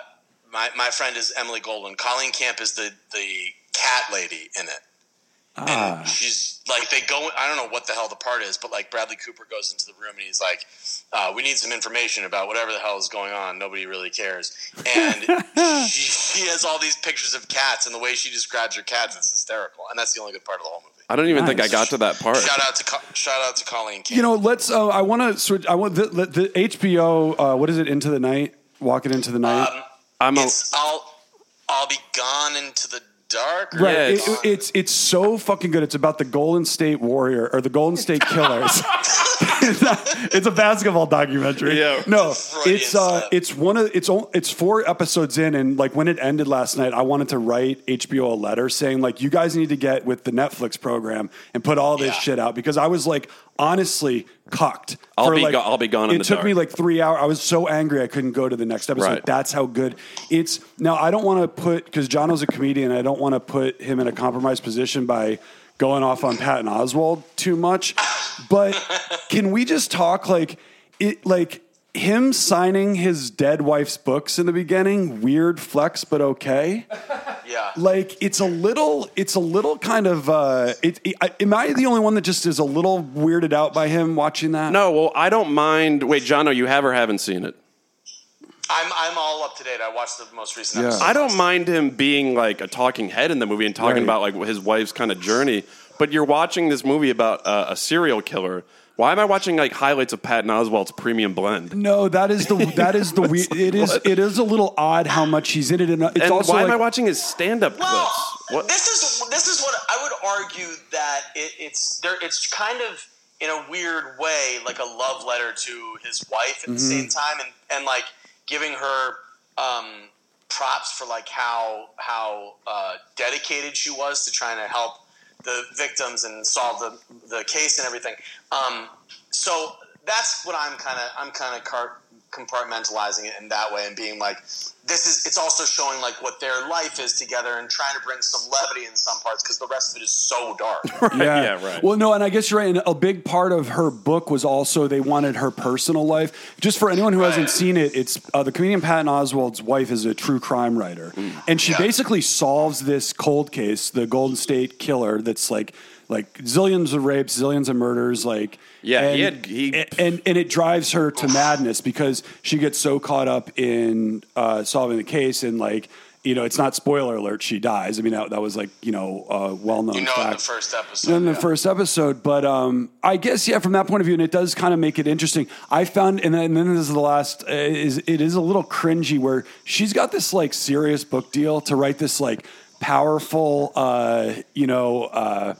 Speaker 3: my my friend is Emily Goldwyn. Colleen Camp is the the cat lady in it, and she's like they go i don't know what the hell the part is but like bradley cooper goes into the room and he's like uh, we need some information about whatever the hell is going on nobody really cares and she, she has all these pictures of cats and the way she describes her cats is hysterical and that's the only good part of the whole movie
Speaker 1: I don't even think I
Speaker 2: Nice.
Speaker 1: got to that part.
Speaker 3: shout out to Co- shout out to colleen King.
Speaker 2: You know, let's. Uh, I want to switch. I want the, the, the HBO. Uh, what is it? Into the night. Walking into the night.
Speaker 1: I'm a,
Speaker 3: it's I'll I'll be gone into the dark. or
Speaker 2: Right.
Speaker 1: Yeah,
Speaker 2: it,
Speaker 1: it's-
Speaker 2: it- it's it's so fucking good. It's about the Golden State Warrior or the Golden State Killers. it's, not- it's a basketball documentary.
Speaker 1: Yeah.
Speaker 2: No,
Speaker 3: Freudian
Speaker 2: it's uh,
Speaker 3: slip.
Speaker 2: it's one of it's on- it's four episodes in, and like when it ended last night, I wanted to write HBO a letter saying like, you guys need to get with the Netflix program and put all this
Speaker 3: Yeah.
Speaker 2: shit out because I was like honestly cucked.
Speaker 1: I'll
Speaker 2: for,
Speaker 1: be
Speaker 2: like-
Speaker 1: go- I'll be gone in
Speaker 2: It
Speaker 1: the
Speaker 2: took
Speaker 1: dark.
Speaker 2: me like three hours. I was so angry I couldn't go to the next episode.
Speaker 1: Right.
Speaker 2: That's how good it's. Now I don't want to put because Jono's a comedian. I don't want to put him in a compromised position by going off on Patton Oswald too much. But can we just talk like it like him signing his dead wife's books in the beginning? Weird flex, but okay
Speaker 3: Yeah.
Speaker 2: like it's a little it's a little kind of uh it, it- I, am i the only one that just is a little weirded out by him watching that
Speaker 1: no, well, I don't mind. Wait, Jono, you have or haven't seen it?
Speaker 3: I'm I'm all up to date. I watched the most recent
Speaker 2: Yeah.
Speaker 3: episode.
Speaker 1: I don't mind him being like a talking head in the movie and talking
Speaker 2: Right.
Speaker 1: about like his wife's kind of journey. But you're watching this movie about uh, a serial killer. Why am I watching like highlights of Patton Oswald's premium blend?
Speaker 2: no that is the that is the weird it is it is a little odd how much he's in it and uh, it's
Speaker 1: And
Speaker 2: also
Speaker 1: why
Speaker 2: like,
Speaker 1: am I watching his stand-up
Speaker 3: Well,
Speaker 1: clips? What?
Speaker 3: this is this is what I would argue that it, it's there. It's kind of in a weird way like a love letter to his wife at the
Speaker 1: Mm-hmm.
Speaker 3: same time, and and like giving her um, props for like how how uh, dedicated she was to trying to help the victims and solve the the case and everything. Um, so that's what I'm kind of I'm kind of car- compartmentalizing it in that way and being like this is it's also showing like what their life is together and trying to bring some levity in some parts because the rest of it is so dark.
Speaker 1: Yeah, right.
Speaker 2: Well, no, and I guess you're right. And a big part of her book was also they wanted her personal life. Just for anyone who hasn't
Speaker 3: Right.
Speaker 2: seen it, it's uh, the comedian Patton Oswald's wife is a true crime writer, and she
Speaker 3: Mm. Yeah.
Speaker 2: basically solves this cold case, the Golden State Killer, that's like like zillions of rapes, zillions of murders, like.
Speaker 1: Yeah, he
Speaker 2: and-
Speaker 1: had- he-
Speaker 2: and and it drives her to madness because she gets so caught up in uh, solving the case and like you know it's not spoiler alert she dies. I mean that, that was like you know uh, well known
Speaker 3: You know, in the
Speaker 2: fact
Speaker 3: first episode.
Speaker 2: than the
Speaker 3: yeah.
Speaker 2: first episode. But um, I guess yeah, from that point of view, and it does kind of make it interesting. I found, and then, and then this is the last. Uh, is it is a little cringy where she's got this like serious book deal to write this like powerful, uh, you know. Uh,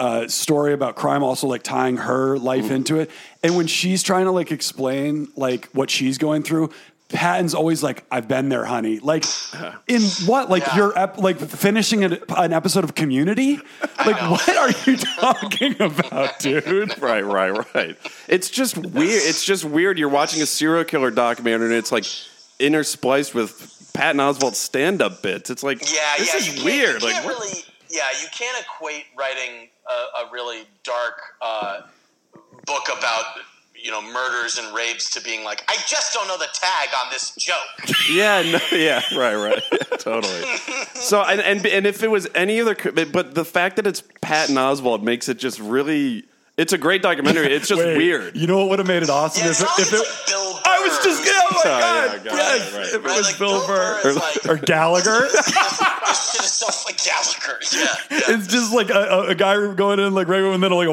Speaker 2: uh, story about crime also like tying her life into it and when she's trying to like explain like what she's going through patton's always like i've been there honey like in what like
Speaker 3: Yeah.
Speaker 2: you're ep- like finishing an, an episode of community like
Speaker 3: know.
Speaker 2: what are you talking about dude
Speaker 1: right, right, right. It's just weird. It's just weird. You're watching a serial killer documentary, and it's like interspliced with Patton Oswald's stand-up bits. It's like,
Speaker 3: Yeah,
Speaker 1: this
Speaker 3: yeah. you
Speaker 1: is
Speaker 3: can't-
Speaker 1: weird.
Speaker 3: You
Speaker 1: Like,
Speaker 3: can't
Speaker 1: what-
Speaker 3: really, yeah, you can't equate writing a, a really dark uh, book about you know murders and rapes to being like, I just don't know the tag on this joke.
Speaker 1: yeah, no, yeah, right, right, totally. So, and, and and if it was any other, co- but- but the fact that it's Patton Oswald makes it just really. It's a great documentary. It's just
Speaker 2: Wait,
Speaker 1: weird.
Speaker 2: you know what would have made it awesome
Speaker 3: Yeah,
Speaker 2: if
Speaker 3: it's not
Speaker 2: it,
Speaker 3: like
Speaker 2: if
Speaker 3: it's
Speaker 2: it
Speaker 3: like Bill Burr.
Speaker 2: i was just
Speaker 3: who's-
Speaker 2: oh my
Speaker 1: Sorry,
Speaker 2: god,
Speaker 1: yeah, I got
Speaker 2: yes,
Speaker 1: it, right.
Speaker 2: if it
Speaker 3: Right,
Speaker 2: was
Speaker 3: like,
Speaker 2: bill
Speaker 3: Bill
Speaker 2: burr
Speaker 3: Burr is
Speaker 2: or,
Speaker 3: like-
Speaker 2: or gallagher
Speaker 3: this shit is so like Gallagher. Yeah, yeah.
Speaker 2: It's just like a, a, a guy going in like right and then like a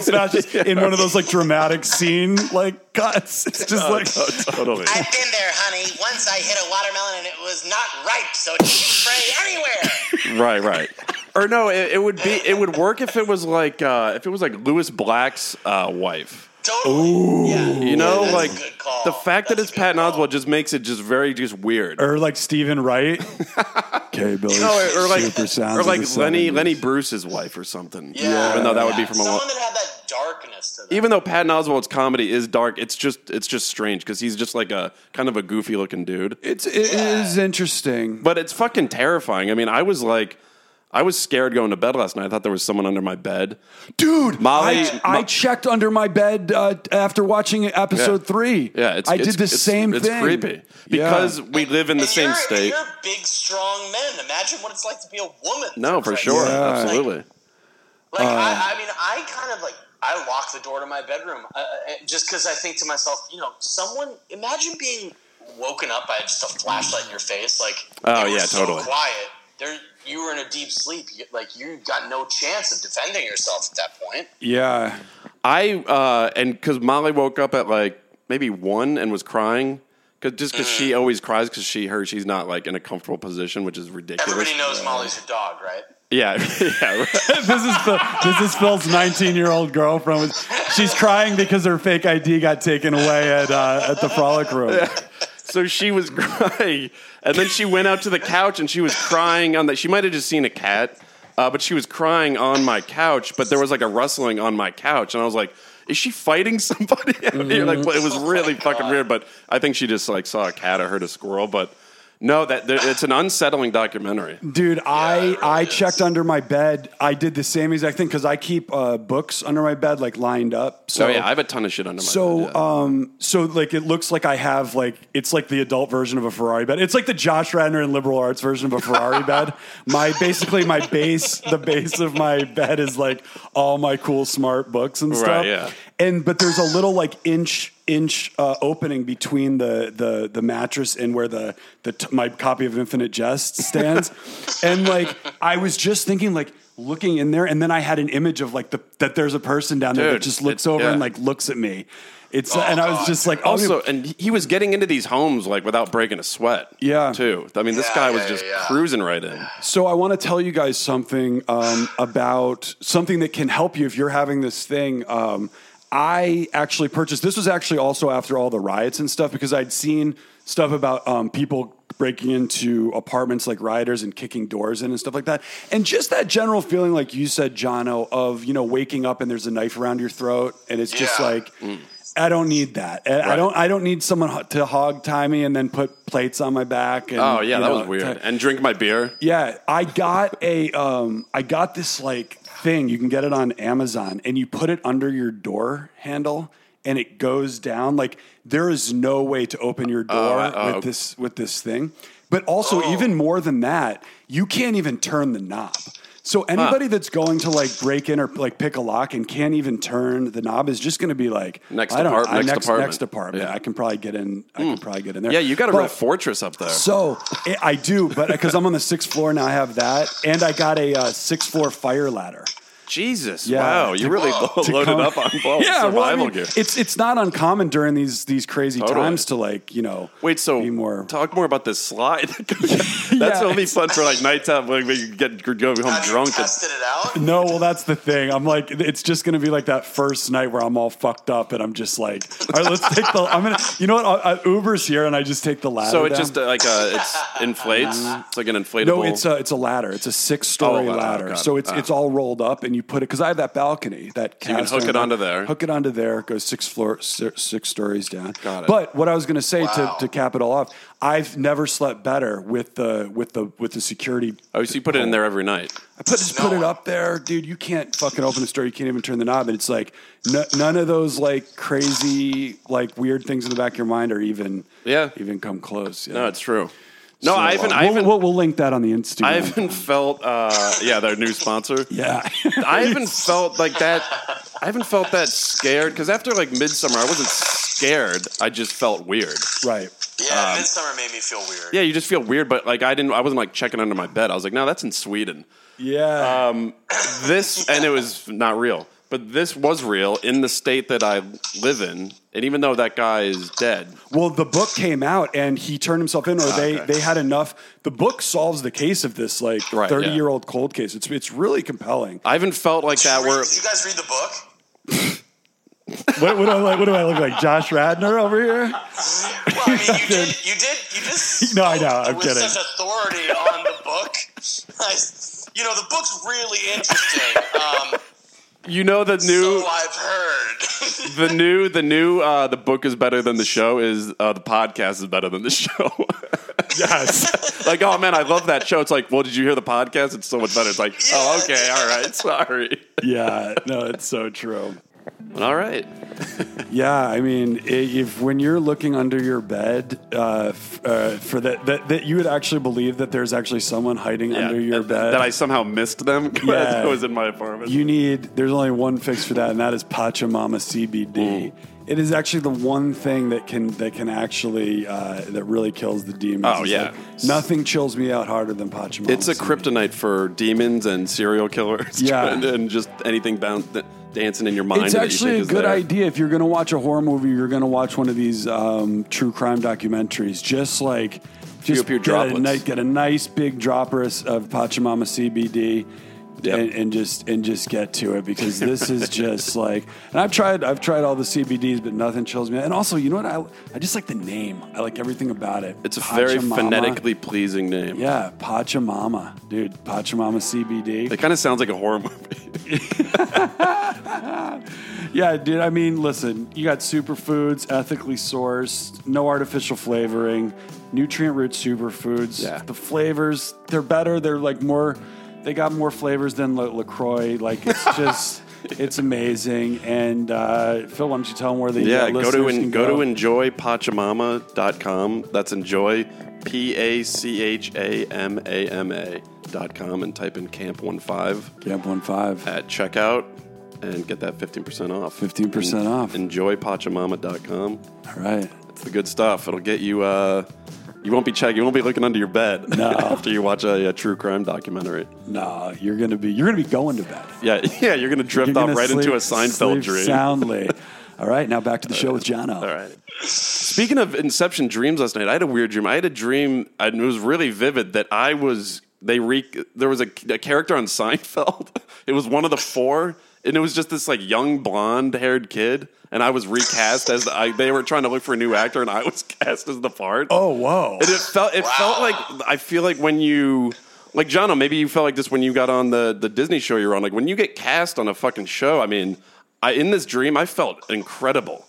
Speaker 2: smashes in one of those like dramatic scene like cuts. It's just like
Speaker 1: Oh, totally.
Speaker 4: I've been there, honey. Once I hit a watermelon and it was not ripe, so it didn't spray anywhere.
Speaker 1: right, right. Or no, it, it would be it would work if it was like uh, if it was like Lewis Black's uh, wife.
Speaker 3: totally. yeah.
Speaker 1: You know,
Speaker 3: that's a
Speaker 1: like
Speaker 3: good call.
Speaker 1: the fact that
Speaker 3: That's
Speaker 1: it's
Speaker 3: a good
Speaker 1: Patton
Speaker 3: call.
Speaker 1: Oswald just makes it just very just weird.
Speaker 2: or like Stephen Wright. okay, Billy.
Speaker 1: No, Oh, or, or like
Speaker 2: super sounds
Speaker 1: or
Speaker 2: of
Speaker 1: like
Speaker 2: the
Speaker 1: Lenny
Speaker 2: 70s.
Speaker 1: Lenny Bruce's wife or something.
Speaker 3: Yeah.
Speaker 1: even though that would be
Speaker 3: Yeah.
Speaker 1: from a
Speaker 3: someone
Speaker 1: long.
Speaker 3: that had that darkness to them.
Speaker 1: Even though Patton Oswald's comedy is dark, it's just it's just strange because he's just like a kind of a goofy looking dude.
Speaker 2: It's it is
Speaker 3: Yeah.
Speaker 2: interesting.
Speaker 1: But it's fucking terrifying. I mean, I was like, I was scared going to bed last night. I thought there was someone under my bed.
Speaker 2: Dude,
Speaker 1: Molly-
Speaker 2: I, I checked under my bed uh, after watching episode
Speaker 1: Yeah.
Speaker 2: three.
Speaker 1: Yeah, it's,
Speaker 2: I did
Speaker 1: it's-
Speaker 2: the
Speaker 1: it's-
Speaker 2: same
Speaker 1: it's
Speaker 2: thing.
Speaker 1: creepy
Speaker 2: Yeah.
Speaker 1: because we live in the
Speaker 3: And
Speaker 1: same
Speaker 3: you're- and
Speaker 1: state.
Speaker 3: You're big, strong men. Imagine what it's like to be a woman.
Speaker 1: No, for
Speaker 3: Christ.
Speaker 1: sure,
Speaker 2: Yeah.
Speaker 1: absolutely.
Speaker 3: Like I,
Speaker 1: Uh,
Speaker 3: I mean, I kind of like I lock the door to my bedroom uh, uh, just because I think to myself, you know, someone imagine being woken up by just a flashlight in your face. Like,
Speaker 1: Oh,
Speaker 3: you were
Speaker 1: yeah,
Speaker 3: so
Speaker 1: totally.
Speaker 3: Quiet. There, you were in a deep sleep. You, like you got no chance of defending yourself at that point.
Speaker 2: Yeah.
Speaker 1: I uh, and because Molly woke up at like maybe one and was crying. Cause just because she
Speaker 3: Mm.
Speaker 1: always cries because she her she's not like in a comfortable position, which is uh, ridiculous.
Speaker 3: Everybody knows Molly's your dog, right?
Speaker 1: Yeah, yeah. right.
Speaker 2: this is the this is Phil's 19 year old girlfriend. She's crying because her fake ID got taken away at uh, at the frolic room.
Speaker 1: so she was crying, and then she went out to the couch and she was crying on that. She might have just seen a cat, uh, but she was crying on my couch. But there was like a rustling on my couch, and I was like, "Is she fighting somebody?" out here?
Speaker 2: Mm-hmm.
Speaker 1: Like it was really
Speaker 3: Oh
Speaker 1: fucking weird. But I think she just like saw a cat or heard a squirrel. But no, that there, it's an unsettling documentary.
Speaker 2: Dude, I
Speaker 3: it
Speaker 2: I
Speaker 3: really is.
Speaker 2: checked under my bed. I did the same exact thing because I keep uh, books under my bed like lined up. So
Speaker 1: So yeah, I have a ton of shit under my.
Speaker 2: So,
Speaker 1: bed, yeah.
Speaker 2: um, so like it looks like I have like it's like the adult version of a Ferrari bed. It's like the Josh Radner and liberal arts version of a Ferrari bed. My basically my base, the base of my bed is like all my cool smart books and stuff.
Speaker 1: yeah.
Speaker 2: And but there's a little like inch inch uh, opening between the the the mattress and where the the t- my copy of Infinite Jest stands, and like I was just thinking like looking in there, and then I had an image of like the that there's a person down there that
Speaker 1: Dude,
Speaker 2: just looks
Speaker 1: it-
Speaker 2: over and
Speaker 1: yeah.
Speaker 2: like looks at me. It's and I was just like, oh,
Speaker 1: also, and he was getting into these homes like without breaking a sweat.
Speaker 2: Yeah.
Speaker 1: too. I mean, this
Speaker 3: Yeah,
Speaker 1: guy was
Speaker 3: yeah,
Speaker 1: just
Speaker 3: yeah.
Speaker 1: cruising right in.
Speaker 2: So I want to tell you guys something um, about something that can help you if you're having this thing. Um, I actually purchased. This was actually also after all the riots and stuff because I'd seen stuff about um, people breaking into apartments like rioters and kicking doors in and stuff like that. And just that general feeling, like you said, Jono, of you know waking up and there's a knife around your throat, and it's just
Speaker 3: Yeah.
Speaker 2: like. I don't need that. And I
Speaker 1: Mm. Right.
Speaker 2: don't. I don't need someone ho- to hog tie me and then put plates on my back. And,
Speaker 1: Oh yeah,
Speaker 2: you
Speaker 1: that
Speaker 2: know,
Speaker 1: was weird.
Speaker 2: tie-
Speaker 1: and drink my beer.
Speaker 2: yeah, I got a um I got this like thing. You can get it on Amazon and you put it under your door handle and it goes down like there is no way to open your door
Speaker 1: Oh, oh.
Speaker 2: with this with this thing. But also
Speaker 3: Oh.
Speaker 2: even more than that, you can't even turn the knob. So anybody that's going to like break in or like pick a lock and can't even turn the knob is just going to be like
Speaker 1: Next
Speaker 2: I don't,
Speaker 1: apart-
Speaker 2: I-
Speaker 1: next
Speaker 2: next,
Speaker 1: apartment.
Speaker 2: next apartment.
Speaker 1: Yeah. Hmm.
Speaker 2: I can probably get in. I can probably get in there.
Speaker 1: Yeah, you got a real
Speaker 2: But-
Speaker 1: fortress up there.
Speaker 2: so eh, I- I do, but because I'm on the sixth floor now, I have that, and I got a uh, sixth floor fire ladder.
Speaker 1: Jesus,
Speaker 2: Yeah.
Speaker 1: wow, you really
Speaker 3: Whoa.
Speaker 1: lo-
Speaker 2: To
Speaker 1: loaded
Speaker 2: come-
Speaker 1: up on well, survival
Speaker 2: well, I mean,
Speaker 1: gear.
Speaker 2: it's it's not uncommon during these these crazy
Speaker 1: Totally.
Speaker 2: times to like you know
Speaker 1: Wait, so
Speaker 2: be more
Speaker 1: talk more about this slide. That's
Speaker 2: Yeah.
Speaker 1: only fun for like nighttime, like when you get go home
Speaker 3: Have you
Speaker 1: drunk. and-
Speaker 3: tested it out?
Speaker 2: no, well, that's the thing. I'm like, it's just gonna be like that first night where I'm all fucked up, and I'm just like, all right, let's take the. I'm gonna, you know what? I, I, Uber's here, and I just take the ladder.
Speaker 1: So it
Speaker 2: down.
Speaker 1: just uh, like uh, it's inflates. it's like an inflatable.
Speaker 2: Uh, No, it's uh, a it's a ladder. It's a six story
Speaker 1: Oh, ladder.
Speaker 2: ladder.
Speaker 1: Got
Speaker 2: So
Speaker 1: it.
Speaker 2: it's
Speaker 1: Ah.
Speaker 2: it's all rolled up, and you put it because I have that balcony that
Speaker 1: you can
Speaker 2: cast
Speaker 1: hook
Speaker 2: iron
Speaker 1: it
Speaker 2: bal-
Speaker 1: onto there.
Speaker 2: Hook it onto there. Goes six floor si- six stories down.
Speaker 1: Got it.
Speaker 2: But what I was going to say
Speaker 3: Wow.
Speaker 2: to, to cap it all off, I've never slept better with the with the with the security.
Speaker 1: oh, so you put it in there every night.
Speaker 2: I put just put it up there, dude. You can't fucking open a store. You can't even turn the knob, and it's like n- none of those like crazy like weird things in the back of your mind are even
Speaker 1: Yeah.
Speaker 2: even come close. Yeah. uh,
Speaker 1: No, it's true. No, I haven't.
Speaker 2: We'll,
Speaker 1: I haven't.
Speaker 2: we'll, we'll link that on the Instagram.
Speaker 1: I haven't felt. Uh, yeah, their new sponsor.
Speaker 2: yeah.
Speaker 1: I haven't felt like that. I haven't felt that scared because after like midsummer, I wasn't scared. I just felt weird.
Speaker 2: Right.
Speaker 3: Yeah, Midsummer made me feel weird.
Speaker 1: Um, Yeah, you just feel weird, but like I didn't. I wasn't like checking under my bed. I was like, no, that's in Sweden.
Speaker 2: Yeah.
Speaker 1: This and it was not real, but this was real in the state that I live in. And even though that guy is dead,
Speaker 2: well, the book came out and he turned himself in, or they,
Speaker 1: okay.
Speaker 2: they had enough. The book solves the case of this like thirty
Speaker 1: Right, yeah.
Speaker 2: year old cold case. It's it's really compelling.
Speaker 1: I haven't felt like
Speaker 3: Did you
Speaker 1: that.
Speaker 3: read-
Speaker 1: Where
Speaker 3: did you guys read the book?
Speaker 2: what, what, do I, like- what do I look like, Josh Radner over here?
Speaker 3: Well, I mean, you did. You did. You just.
Speaker 2: No, I know,
Speaker 3: spoke
Speaker 2: I'm
Speaker 3: with
Speaker 2: kidding.
Speaker 3: Such authority on the book. I, you know, the book's really interesting. Um,
Speaker 1: you know the new,
Speaker 3: so I've heard.
Speaker 1: the new, the new. Uh, the book is better than the show. Is uh, the podcast is better than the show.
Speaker 2: Yes.
Speaker 1: like, oh man, I love that show. It's like, well, did you hear the podcast? It's so much better. It's like, oh, okay, all right, sorry.
Speaker 2: yeah. No, it's so true.
Speaker 1: All right.
Speaker 2: Yeah, I mean, i- if when you're looking under your bed uh, f- uh, for that, that, that you would actually believe that there's actually someone hiding under your
Speaker 1: that,
Speaker 2: bed.
Speaker 1: That I somehow missed them because
Speaker 2: Yeah.
Speaker 1: I was in my apartment.
Speaker 2: you need. There's only one fix for that, and that is Pachamama
Speaker 1: Mm.
Speaker 2: CBD. It is actually the one thing that can that can actually uh, that really kills the demons.
Speaker 1: Oh,
Speaker 2: It's
Speaker 1: yeah.
Speaker 2: like, nothing chills me out harder than Pachamama.
Speaker 1: it's a
Speaker 2: CBD.
Speaker 1: kryptonite for demons and serial killers.
Speaker 2: Yeah.
Speaker 1: and, and just anything bound, dancing in your mind.
Speaker 2: It's
Speaker 1: that you
Speaker 2: actually
Speaker 1: think
Speaker 2: a
Speaker 1: is
Speaker 2: good
Speaker 1: there.
Speaker 2: idea if you're going to watch a horror movie. You're going to watch one of these um, true crime documentaries. Just like, just
Speaker 1: up your
Speaker 2: get a,
Speaker 1: droplets.
Speaker 2: ni- get a nice big dropper s- of Pachamama CBD,
Speaker 1: Yep.
Speaker 2: and, and just and just get to it because this is just like. And I've tried I've tried all the CBDs, but nothing chills me. And also, you know what? I I just like the name. I like everything about it.
Speaker 1: It's a very
Speaker 2: Pachamama.
Speaker 1: phonetically pleasing name.
Speaker 2: Yeah, Pachamama, dude. Pachamama CBD.
Speaker 1: It kind of sounds like a horror movie.
Speaker 2: Yeah, dude. I mean, listen, you got superfoods, ethically sourced, no artificial flavoring, nutrient rich superfoods.
Speaker 1: Yeah.
Speaker 2: The flavors, they're better. They're like more, they got more flavors than La- LaCroix. Like, it's just, it's amazing. And uh, Phil, why don't you tell them where they
Speaker 1: Yeah,
Speaker 2: the
Speaker 1: go to
Speaker 2: listeners
Speaker 1: en-
Speaker 2: can
Speaker 1: go, to enjoypachamama.com. That's enjoy p a c h a m a m a dot com and type in camp 15
Speaker 2: Camp One Five.
Speaker 1: at checkout and get that 15% off.
Speaker 2: 15%
Speaker 1: En-
Speaker 2: off.
Speaker 1: enjoypachamama.com.
Speaker 2: All right.
Speaker 1: It's the good stuff. It'll get you uh you won't be checking. You won't be looking under your bed
Speaker 2: No.
Speaker 1: after you watch a, a true crime documentary.
Speaker 2: No, you're gonna be you're gonna be going to bed.
Speaker 1: Yeah, yeah, you're gonna drift
Speaker 2: You're
Speaker 1: off
Speaker 2: gonna
Speaker 1: right into a
Speaker 2: sleep-
Speaker 1: Seinfeld
Speaker 2: sleep
Speaker 1: dream.
Speaker 2: soundly. All right, now back to the show with Jono.
Speaker 1: All right. Speaking of Inception dreams last night, I had a weird dream. I had a dream, and it was really vivid that I was they re there was a, a character on Seinfeld. It was one of the four, and it was just this like young blonde haired kid, and I was recast as the, I, they were trying to look for a new actor, and I was cast as the fart.
Speaker 2: Oh, whoa.
Speaker 1: And it felt it felt like I feel like when you like Jono, maybe you felt like this when you got on the the Disney show you're on. Like when you get cast on a fucking show, I mean, I in this dream I felt incredible.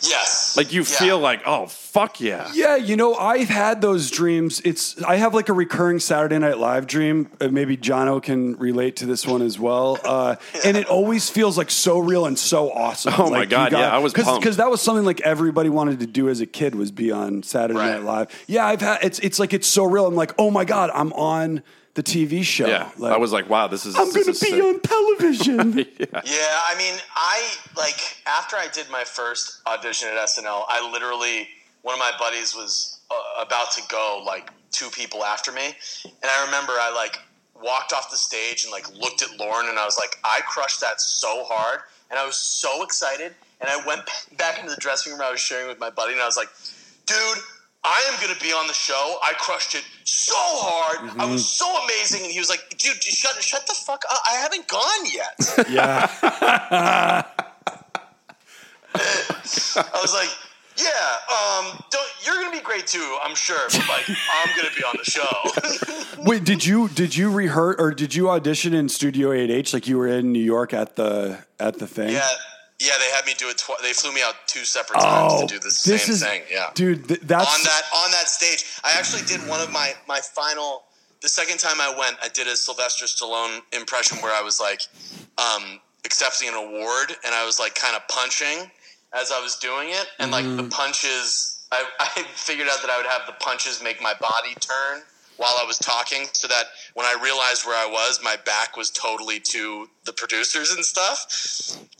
Speaker 3: Yes.
Speaker 1: Like you
Speaker 3: Yeah.
Speaker 1: feel like, oh fuck yeah.
Speaker 2: Yeah, you know, I've had those dreams. It's I have like a recurring Saturday Night Live dream. Uh, Maybe Jono can relate to this one as well. Uh, and it always feels like so real and so awesome.
Speaker 1: Oh my
Speaker 2: Like, you
Speaker 1: God, yeah, I was
Speaker 2: cause,
Speaker 1: pumped.
Speaker 2: because that was something like everybody wanted to do as a kid was be on Saturday
Speaker 3: Right.
Speaker 2: Night Live. Yeah, I've had it's it's like it's so real. I'm like, oh my god, I'm on the TV show.
Speaker 1: Yeah. I was like, wow, this is
Speaker 2: I'm
Speaker 1: this
Speaker 2: gonna be
Speaker 1: is sick.
Speaker 2: on television.
Speaker 3: Yeah, I mean, I like after I did my first audition at SNL, I literally one of my buddies was uh, about to go like two people after me, and I remember I like walked off the stage and like looked at Lauren and I was like, I crushed that so hard, and I was so excited, and I went back into the dressing room I was sharing with my buddy, and I was like, dude. I am going to be on the show. I crushed it so hard. I was so amazing. And he was like, dude, shut, shut the fuck up. I haven't gone yet.
Speaker 2: yeah.
Speaker 3: I was like, yeah, um, don't, you're gonna be great too, I'm sure. But like, I'm gonna be on the show.
Speaker 2: Wait, did you did you rehearse or did you audition in Studio 8H like you were in New York at the at the thing?
Speaker 3: yeah, yeah, they had me do it. Twi- they flew me out two separate times
Speaker 2: Oh,
Speaker 3: to do the same
Speaker 2: this is,
Speaker 3: thing. Yeah,
Speaker 2: dude. Th- that's
Speaker 3: on that on that stage, I actually did one of my my final. The second time I went, I did a Sylvester Stallone impression where I was like um, accepting an award, and I was like kind of punching as I was doing it, and like the punches, I, I figured out that I would have the punches make my body turn while I was talking, so that when I realized where I was, my back was totally to the producers and stuff,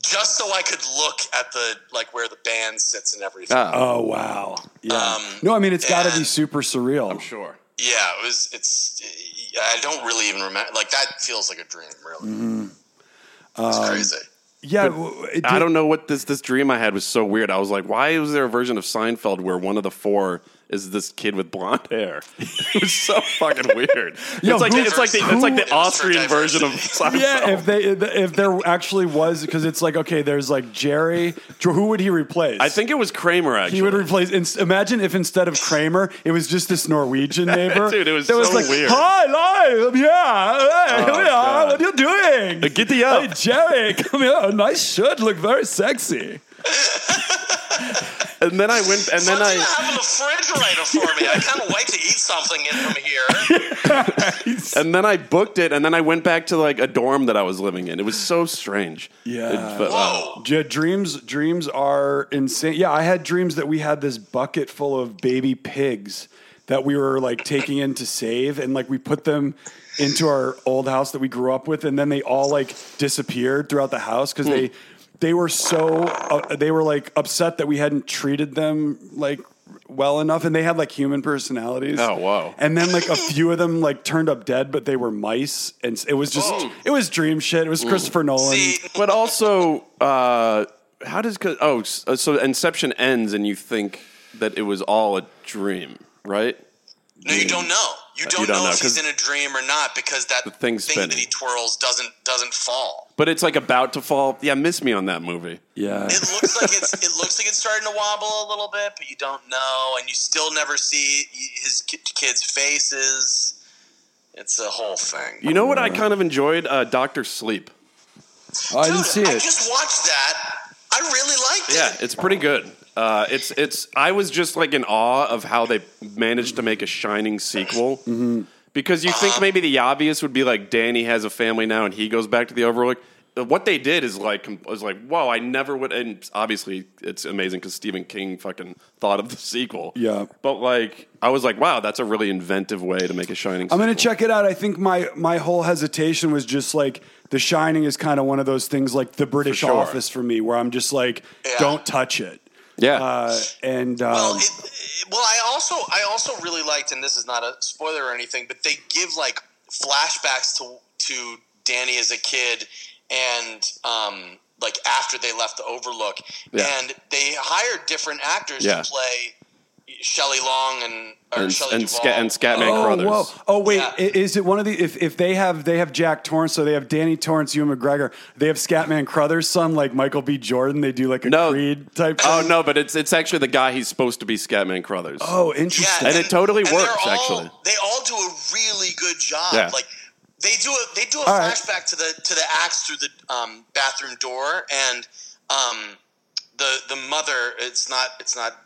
Speaker 3: just so I could look at the like where the band sits and everything.
Speaker 1: Ah,
Speaker 2: Oh wow. Yeah.
Speaker 3: Um,
Speaker 2: no, I mean it's got to
Speaker 3: and-
Speaker 2: be super surreal.
Speaker 1: sure.
Speaker 3: Yeah, it was. It's. I don't really even remember. Like that feels like a dream. Really,
Speaker 1: Mm-hmm.
Speaker 3: it's
Speaker 1: Um,
Speaker 3: crazy.
Speaker 2: yeah. w- it
Speaker 1: I
Speaker 2: did-
Speaker 1: don't know what this this dream I had was so weird. I was like, why was there a version of Seinfeld where one of the four is this kid with blonde hair? It was so fucking weird.
Speaker 2: Yo,
Speaker 1: it's like
Speaker 2: who-
Speaker 1: it's like the, it's like the
Speaker 3: who-
Speaker 1: Austrian version of Seinfeld.
Speaker 2: Yeah, if they if there actually was because it's like okay, there's like Jerry. Who would he replace?
Speaker 1: I think it was Kramer actually.
Speaker 2: he would replace. ins- Imagine if instead of Kramer, it was just this Norwegian neighbor.
Speaker 1: Dude, it was
Speaker 2: that was
Speaker 1: so
Speaker 2: like,
Speaker 1: weird.
Speaker 2: "Hi, live, yeah, hey,
Speaker 1: Oh,
Speaker 2: here we are.
Speaker 1: God.
Speaker 2: What are you doing?
Speaker 1: Uh, get the up.
Speaker 2: Hey, Jerry, come here. Nice shirt, look very sexy."
Speaker 1: and then I went, and then
Speaker 3: Something
Speaker 1: I,
Speaker 3: have a refrigerator for me. I kind of like to eat something in from here.
Speaker 1: and then I booked it, and then I went back to like a dorm that I was living in. It was so strange.
Speaker 2: Yeah.
Speaker 1: It- but, uh,
Speaker 3: Whoa.
Speaker 2: Yeah, dreams dreams are insane. Yeah, I had dreams that we had this bucket full of baby pigs that we were like taking in to save and like we put them into our old house that we grew up with and then they all like disappeared throughout the house cuz they they were so uh, they were like upset that we hadn't treated them like well enough and they had like human personalities.
Speaker 1: Oh, wow.
Speaker 2: And then like a few of them like turned up dead but they were mice and s- it was just
Speaker 3: Oh.
Speaker 2: it was dream shit. It was Christopher Nolan.
Speaker 3: See,
Speaker 1: but also, uh, how does 'cause- oh s- uh, so Inception ends, and you think that it was all a dream, right?
Speaker 3: no, you don't know. You don't,
Speaker 1: Uh, don't
Speaker 3: know,
Speaker 1: know,
Speaker 3: if
Speaker 1: 'cause
Speaker 3: he's in a dream or not because that thing
Speaker 1: thing's
Speaker 3: that he
Speaker 1: spinning.
Speaker 3: twirls doesn't doesn't fall.
Speaker 1: But it's like about to fall. Yeah, miss me on that movie.
Speaker 2: Yeah.
Speaker 3: It looks like it's it looks like it's starting to wobble a little bit, but you don't know, and you still never see his ki- kids' faces. It's a whole thing.
Speaker 1: You know what I kind of enjoyed? Uh, Doctor Sleep.
Speaker 2: Oh, I
Speaker 3: Dude,
Speaker 2: didn't see
Speaker 3: I
Speaker 2: it.
Speaker 3: just watched that. I really liked it.
Speaker 1: Yeah, it's pretty good. Uh, it's it's. I was just like in awe of how they managed to make a shining sequel.
Speaker 2: Mm-hmm.
Speaker 1: Because you think maybe the obvious would be like Danny has a family now and he goes back to the Overlook. Uh, What they did is like com- was like, whoa! I never would. And obviously, it's amazing because Stephen King fucking thought of the sequel.
Speaker 2: Yeah.
Speaker 1: but like, I was like, wow, that's a really inventive way to make a shining.
Speaker 2: I'm gonna
Speaker 1: sequel.
Speaker 2: check it out. I think my my whole hesitation was just like The Shining is kind of one of those things like The British
Speaker 1: sure.
Speaker 2: Office for me, where I'm just like,
Speaker 3: Yeah.
Speaker 2: don't touch it.
Speaker 1: Yeah,
Speaker 2: Uh, and um,
Speaker 3: Well, it, it- well, I also I also really liked, and this is not a spoiler or anything, but they give like flashbacks to to Danny as a kid, and um, like after they left the Overlook,
Speaker 1: Yeah.
Speaker 3: and they hired different actors
Speaker 1: Yeah.
Speaker 3: to play Shelley Long and or
Speaker 1: and
Speaker 3: Shelley
Speaker 1: and,
Speaker 3: Duvall.
Speaker 1: Sca- and Scatman
Speaker 2: oh,
Speaker 1: Crothers.
Speaker 2: whoa. Oh wait,
Speaker 3: Yeah.
Speaker 2: i- is it one of the if, if they have they have Jack Torrance, so they have Danny Torrance, Ewan McGregor, they have Scatman Crothers' son, like Michael B. Jordan. They do like a
Speaker 1: No.
Speaker 2: Creed type.
Speaker 1: Oh
Speaker 2: thing.
Speaker 1: no, but it's it's actually the guy he's supposed to be Scatman Crothers.
Speaker 2: Oh,
Speaker 3: Yeah,
Speaker 2: interesting.
Speaker 1: And it totally
Speaker 3: they're
Speaker 1: works,
Speaker 3: all-
Speaker 1: actually.
Speaker 3: they all do a really good job.
Speaker 1: Yeah.
Speaker 3: Like they do a they do a
Speaker 2: All right.
Speaker 3: flashback to the to the axe through the um, bathroom door, and um, the the mother. It's not it's not.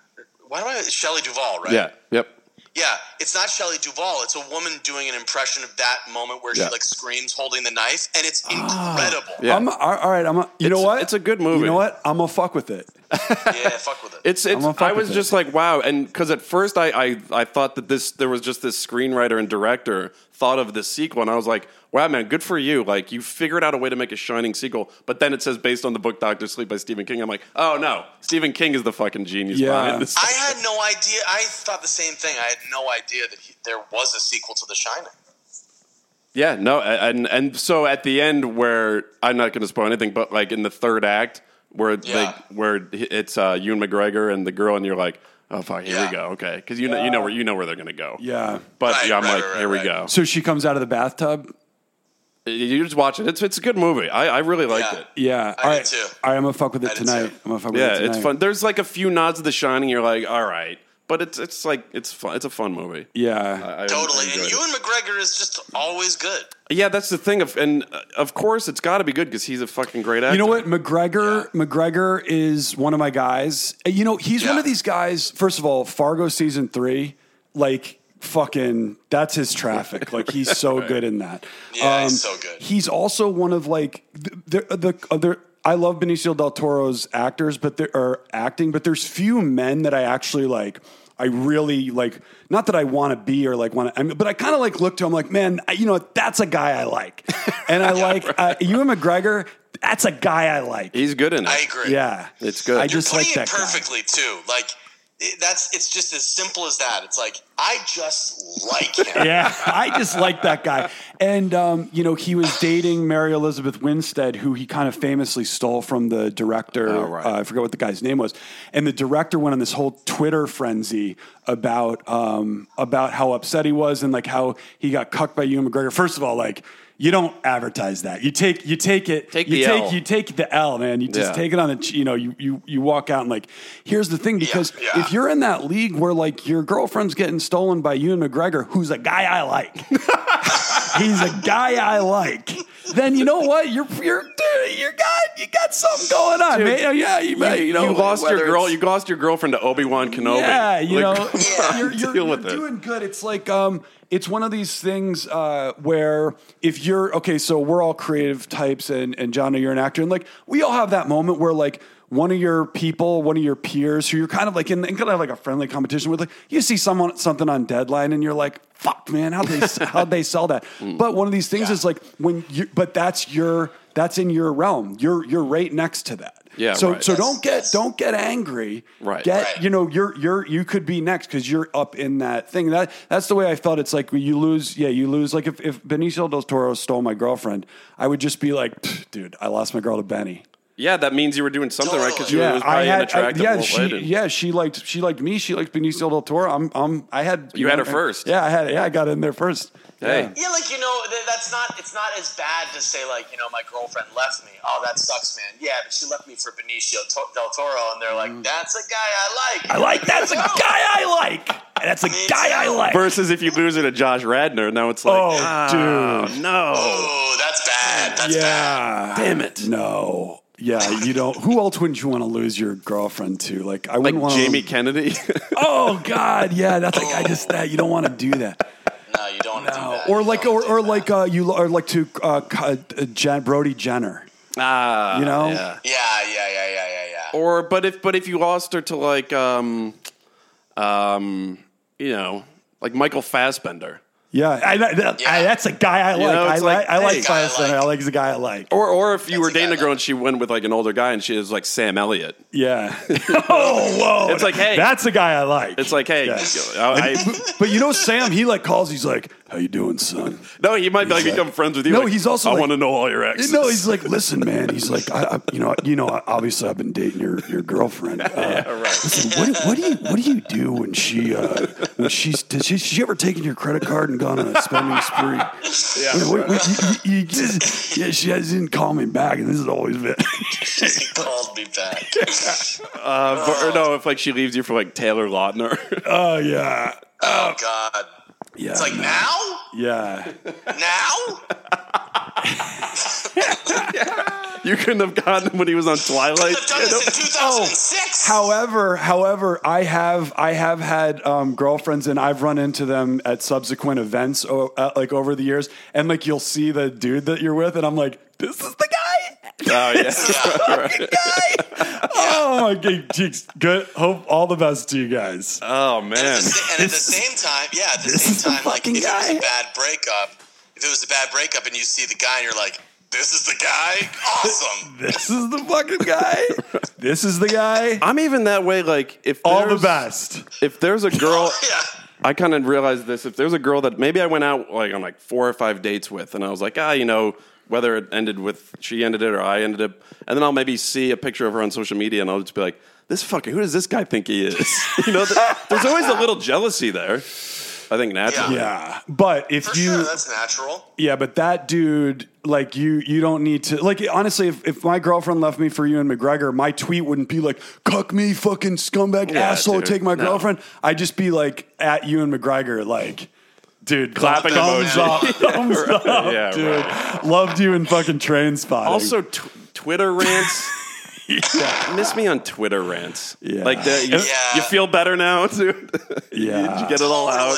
Speaker 3: Why do I? It's Shelley Duvall, right?
Speaker 1: Yeah. Yep.
Speaker 3: Yeah, it's not Shelley Duvall. It's a woman doing an impression of that moment where
Speaker 1: Yeah. Ah.
Speaker 3: she like screams, holding the knife, and it's incredible.
Speaker 1: Yeah.
Speaker 2: I'm, all all right, I'm. A, you know what?
Speaker 1: it's a good movie.
Speaker 2: You know what? I'm gonna fuck with it.
Speaker 3: Yeah, fuck with it.
Speaker 1: It's, it's
Speaker 2: gonna fuck
Speaker 1: I
Speaker 2: with
Speaker 1: was
Speaker 2: it.
Speaker 1: just like wow, and because at first I, I I thought that this there was just this screenwriter and director thought of this sequel, and I was like, wow, man, good for you. Like you figured out a way to make a shining sequel, but then it says based on the book Doctor Sleep by Stephen King. I'm like, oh no, Stephen King is the fucking genius
Speaker 2: Yeah.
Speaker 1: behind this.
Speaker 3: I had no idea. I thought the same thing. I had no idea that he, there was a sequel to The Shining.
Speaker 1: Yeah, no, a- and and so at the end where I'm not going to spoil anything, but like in the third act where
Speaker 3: Yeah.
Speaker 1: they where it's uh, Ewan McGregor and the girl, and you're like, oh fuck, here
Speaker 3: Yeah.
Speaker 1: we go, okay, because you know you know where you know where they're going to go.
Speaker 2: Yeah.
Speaker 1: But
Speaker 3: Right,
Speaker 1: yeah, I'm
Speaker 3: right,
Speaker 1: like,
Speaker 3: right,
Speaker 1: here we
Speaker 3: right.
Speaker 1: go.
Speaker 2: So she comes out of the bathtub.
Speaker 1: You just watch it. It's it's a good movie. I, I really liked
Speaker 3: Yeah.
Speaker 1: it.
Speaker 2: Yeah.
Speaker 3: I
Speaker 2: all
Speaker 3: did
Speaker 2: right.
Speaker 3: too.
Speaker 2: All right. I'm gonna fuck with it
Speaker 3: I did
Speaker 2: tonight.
Speaker 3: too.
Speaker 2: I'm gonna fuck with it
Speaker 1: Yeah,
Speaker 2: tonight.
Speaker 1: it's fun. There's like a few nods to The Shining. You're like, all right, but it's it's like it's fun. It's a fun movie.
Speaker 2: Yeah.
Speaker 1: I- I
Speaker 3: Totally.
Speaker 1: enjoyed
Speaker 3: And
Speaker 1: it.
Speaker 3: Ewan McGregor is just always good.
Speaker 1: Yeah, that's the thing. Of and uh, of course, it's got to be good because he's a fucking great actor.
Speaker 2: you know what? McGregor McGregor is one of my guys. Uh, You know, he's one
Speaker 3: Yeah.
Speaker 2: of these guys. First of all, Fargo season 3, like fucking that's his traffic. like he's so good in that. Um,
Speaker 3: Yeah, he's so good.
Speaker 2: He's also one of like the the, the other I love Benicio del Toro's actors, but there are acting, but there's few men that I actually like. I really like, not that I want to be or like want to, I mean, but I kind of like look to him like, man, I, you know, that's a guy I like. And I like uh, Ewan McGregor, that's a guy I like.
Speaker 1: He's good in it.
Speaker 3: I agree.
Speaker 2: Yeah,
Speaker 1: It's good.
Speaker 2: I
Speaker 1: You're
Speaker 2: just
Speaker 3: Playing
Speaker 2: like that.
Speaker 3: it
Speaker 2: guy.
Speaker 3: perfectly too. Like it- that's it's just as simple as that. It's like I just like him.
Speaker 2: Yeah, I just like that guy. And um, you know, he was dating Mary Elizabeth Winstead, who he kind of famously stole from the director.
Speaker 1: Oh, right.
Speaker 2: uh, I forget what the guy's name was. And the director went on this whole Twitter frenzy about um, about how upset he was and like how he got cucked by Ewan McGregor. First of all, like. You don't advertise that. You take you take it.
Speaker 1: Take
Speaker 2: you
Speaker 1: the
Speaker 2: take
Speaker 1: L.
Speaker 2: you take the L, man. You just
Speaker 1: Yeah.
Speaker 2: take it on the. ch- You know, you you you walk out and like. Here's the thing, because
Speaker 3: yeah.
Speaker 2: if you're in that league where like your girlfriend's getting stolen by Ewan McGregor, who's a guy I like. He's a guy I like. then you know what? You're you're dude, you got you got something going on,
Speaker 1: Dude,
Speaker 2: man. Yeah, you, may, you know
Speaker 1: you lost your
Speaker 2: whether
Speaker 1: girl.
Speaker 2: it's-
Speaker 1: You lost your girlfriend to Obi Wan Kenobi.
Speaker 2: Yeah, you
Speaker 1: Like,
Speaker 2: know,
Speaker 1: come on,
Speaker 2: you're, you're,
Speaker 1: deal
Speaker 2: you're
Speaker 1: with it.
Speaker 2: doing good. It's like um, it's one of these things uh, where if you're okay, so we're all creative types, and and John, you're an actor, and like we all have that moment where like. One of your people, one of your peers, who you're kind of like in, and kind of like a friendly competition with, like you see someone something on deadline, and you're like, "Fuck, man, how they how they sell that?"
Speaker 1: Mm.
Speaker 2: But one of these things
Speaker 3: Yeah.
Speaker 2: is like when you, but that's your that's in your realm. You're you're right next to that.
Speaker 1: Yeah,
Speaker 2: So
Speaker 1: right.
Speaker 2: so
Speaker 3: Yes,
Speaker 2: don't get
Speaker 3: yes.
Speaker 2: don't get angry.
Speaker 1: Right.
Speaker 2: Get
Speaker 3: Right.
Speaker 2: you know you're you're you could be next because you're up in that thing. That that's the way I felt. It's like you lose. Yeah, you lose. Like if if Benicio del Toro stole my girlfriend, I would just be like, "Pfft, dude, I lost my girl to Benny.
Speaker 1: Yeah, that means you were doing something right because you
Speaker 2: Yeah,
Speaker 1: was
Speaker 2: I
Speaker 1: probably an
Speaker 2: had. I,
Speaker 1: attractive
Speaker 2: yeah,
Speaker 1: old
Speaker 2: she.
Speaker 1: lady.
Speaker 2: Yeah, she liked. She liked me. She liked Benicio del Toro. I'm. I'm. I had.
Speaker 1: You had her first.
Speaker 2: Yeah, I had. Yeah, I got in there first.
Speaker 1: Hey.
Speaker 2: Yeah.
Speaker 3: Yeah, like you know, th- that's not. It's not as bad to say like you know my girlfriend left me. Oh, that sucks, man. Yeah, but she left me for Benicio to- del Toro, and they're like, that's a guy I like.
Speaker 2: Mm. I like. That's a guy I like. That's a guy I like.
Speaker 1: Versus if you lose her to Josh Radner, now it's like,
Speaker 2: Oh,
Speaker 1: ah, no,
Speaker 3: Oh, that's bad. That's bad.
Speaker 2: yeah.
Speaker 1: damn it.
Speaker 2: No. Yeah, you don't. Who else wouldn't you want to lose your girlfriend to? Like, I
Speaker 1: Like
Speaker 2: wouldn't want
Speaker 1: Jamie Kennedy.
Speaker 2: Oh God, yeah, that's like I just that you don't want to do that.
Speaker 3: No, you don't want to do
Speaker 2: No.
Speaker 3: that.
Speaker 2: Or
Speaker 3: You
Speaker 2: like
Speaker 3: don't
Speaker 2: or,
Speaker 3: do
Speaker 2: or
Speaker 3: that.
Speaker 2: like uh, you or like to uh, Ka- uh, Jen, Brody Jenner.
Speaker 1: ah,
Speaker 2: You know?
Speaker 1: yeah.
Speaker 3: Yeah, yeah, yeah, yeah, yeah, yeah.
Speaker 1: Or but if but if you lost her to like um, um, you know, like Michael Fassbender.
Speaker 2: Yeah, I, that,
Speaker 3: Yeah.
Speaker 2: I, that's a guy I
Speaker 1: know,
Speaker 2: like.
Speaker 1: it's
Speaker 2: I like.
Speaker 1: like, Oh.
Speaker 2: I like
Speaker 1: hey.
Speaker 3: Guy I
Speaker 2: Fassbender. I
Speaker 3: like.
Speaker 2: like the guy I like.
Speaker 1: Or, or if you
Speaker 3: That's
Speaker 1: were
Speaker 3: a guy
Speaker 1: dating a
Speaker 3: I
Speaker 1: girl
Speaker 3: like.
Speaker 1: and she went with like an older guy and she is like Sam Elliott,
Speaker 2: Yeah. oh whoa!
Speaker 1: It's like, hey.
Speaker 2: that's a guy I like.
Speaker 1: it's like, hey,
Speaker 2: Yeah.
Speaker 1: I, I-
Speaker 2: but you know, Sam, he like calls. He's like, "How you doing, son?"
Speaker 1: no, he might like
Speaker 2: He's
Speaker 1: become
Speaker 2: like-
Speaker 1: friends with you.
Speaker 2: No,
Speaker 1: like,
Speaker 2: he's also
Speaker 1: I
Speaker 2: like-
Speaker 1: want to know all your
Speaker 2: You
Speaker 1: exes.
Speaker 2: know, he's like, listen, man. He's like, I, I, you know, you know. Obviously, I've been dating your your girlfriend. Uh, Listen, what, what do you what do you do when she uh, when she's did she, she ever taken your credit card and gone on a spending spree? Yeah, what, what, you, you, you just, yeah. She didn't call me back, and this is always been.
Speaker 3: He called me back.
Speaker 1: Uh, but- or no, if like she leaves you for like Taylor Lautner.
Speaker 2: Oh yeah,
Speaker 3: oh God.
Speaker 2: yeah.
Speaker 3: It's like
Speaker 2: no.
Speaker 3: now,
Speaker 2: yeah.
Speaker 3: now.
Speaker 1: you couldn't have gotten him when he was on Twilight.
Speaker 3: I've done this in 2006.
Speaker 2: Oh, However, however, I have I have had um, girlfriends and I've run into them at subsequent events o- uh, like over the years, and like you'll see the dude that you're with, and I'm like, this is the guy.
Speaker 1: Oh yeah.
Speaker 2: Fucking guy. oh my god, Jeez, good. Hope all the best to you guys.
Speaker 1: Oh
Speaker 3: At
Speaker 1: man.
Speaker 3: the sa- and at the same time, yeah, at the
Speaker 2: This
Speaker 3: same
Speaker 2: is the
Speaker 3: time, like
Speaker 2: fucking
Speaker 3: if it was
Speaker 2: guy.
Speaker 3: a bad breakup, if it was a bad breakup, and you see the guy, and you're like, "This is the guy, awesome."
Speaker 2: This is the fucking guy. this is the guy.
Speaker 1: I'm even that way. Like if
Speaker 2: All the
Speaker 1: there's-
Speaker 2: best.
Speaker 1: If there's a girl,
Speaker 3: yeah,
Speaker 1: I kind of realized this. If there's a girl that maybe I went out like on like four or five dates with, and I was like, ah, you know, whether it ended with she ended it or I ended it, and then I'll maybe see a picture of her on social media, and I'll just be like, this fucking who does this guy think he is? you know, th- there's always a little jealousy there. I think naturally.
Speaker 2: Yeah, but if
Speaker 3: for
Speaker 2: you
Speaker 3: sure, that's natural.
Speaker 2: Yeah, but that dude, like you, you don't need to. Like honestly, if, if my girlfriend left me for you and McGregor, my tweet wouldn't be like "cuck me, fucking scumbag,
Speaker 1: Yeah,
Speaker 2: asshole,
Speaker 1: dude,
Speaker 2: take my
Speaker 1: no.
Speaker 2: girlfriend." I'd just be like at you and McGregor, like, dude,
Speaker 1: Clapping
Speaker 2: thumbs
Speaker 1: emoji.
Speaker 2: up, thumbs up,
Speaker 1: Yeah,
Speaker 2: dude. Loved you in fucking train spotting.
Speaker 1: Also, tw- Twitter rants. Miss me on Twitter rants.
Speaker 2: Yeah.
Speaker 1: Like the, you,
Speaker 3: Yeah.
Speaker 1: you feel better now, dude.
Speaker 2: yeah.
Speaker 1: Did you get it all out?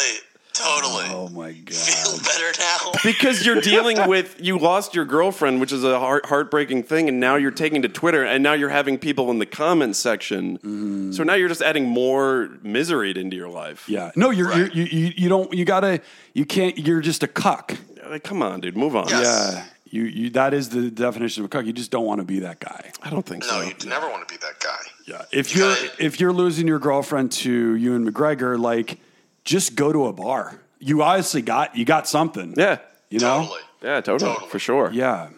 Speaker 3: Totally, totally.
Speaker 2: oh my god.
Speaker 3: Feel better now.
Speaker 1: Because you're dealing with you lost your girlfriend, which is a heart, heartbreaking thing, and now you're taking to Twitter, and now you're having people in the comment section. So now you're just adding more misery into your life.
Speaker 2: Yeah. No, you're,
Speaker 3: Right.
Speaker 2: you're you you you don't you gotta you can't you're just a cuck.
Speaker 1: Like, come on, dude, move on.
Speaker 3: Yeah. Yes.
Speaker 2: Yeah. You you that is the definition of a cuck. You just don't want to be that guy.
Speaker 1: I don't think
Speaker 3: No,
Speaker 1: so.
Speaker 3: you never want to be that guy.
Speaker 2: Yeah, if
Speaker 3: You
Speaker 2: you're
Speaker 3: gotta-
Speaker 2: if you're losing your girlfriend to you and McGregor, like just go to a bar. You obviously got you got something.
Speaker 1: Yeah,
Speaker 2: you know.
Speaker 3: Totally.
Speaker 1: yeah, totally,
Speaker 3: Totally.
Speaker 1: for sure.
Speaker 2: Yeah,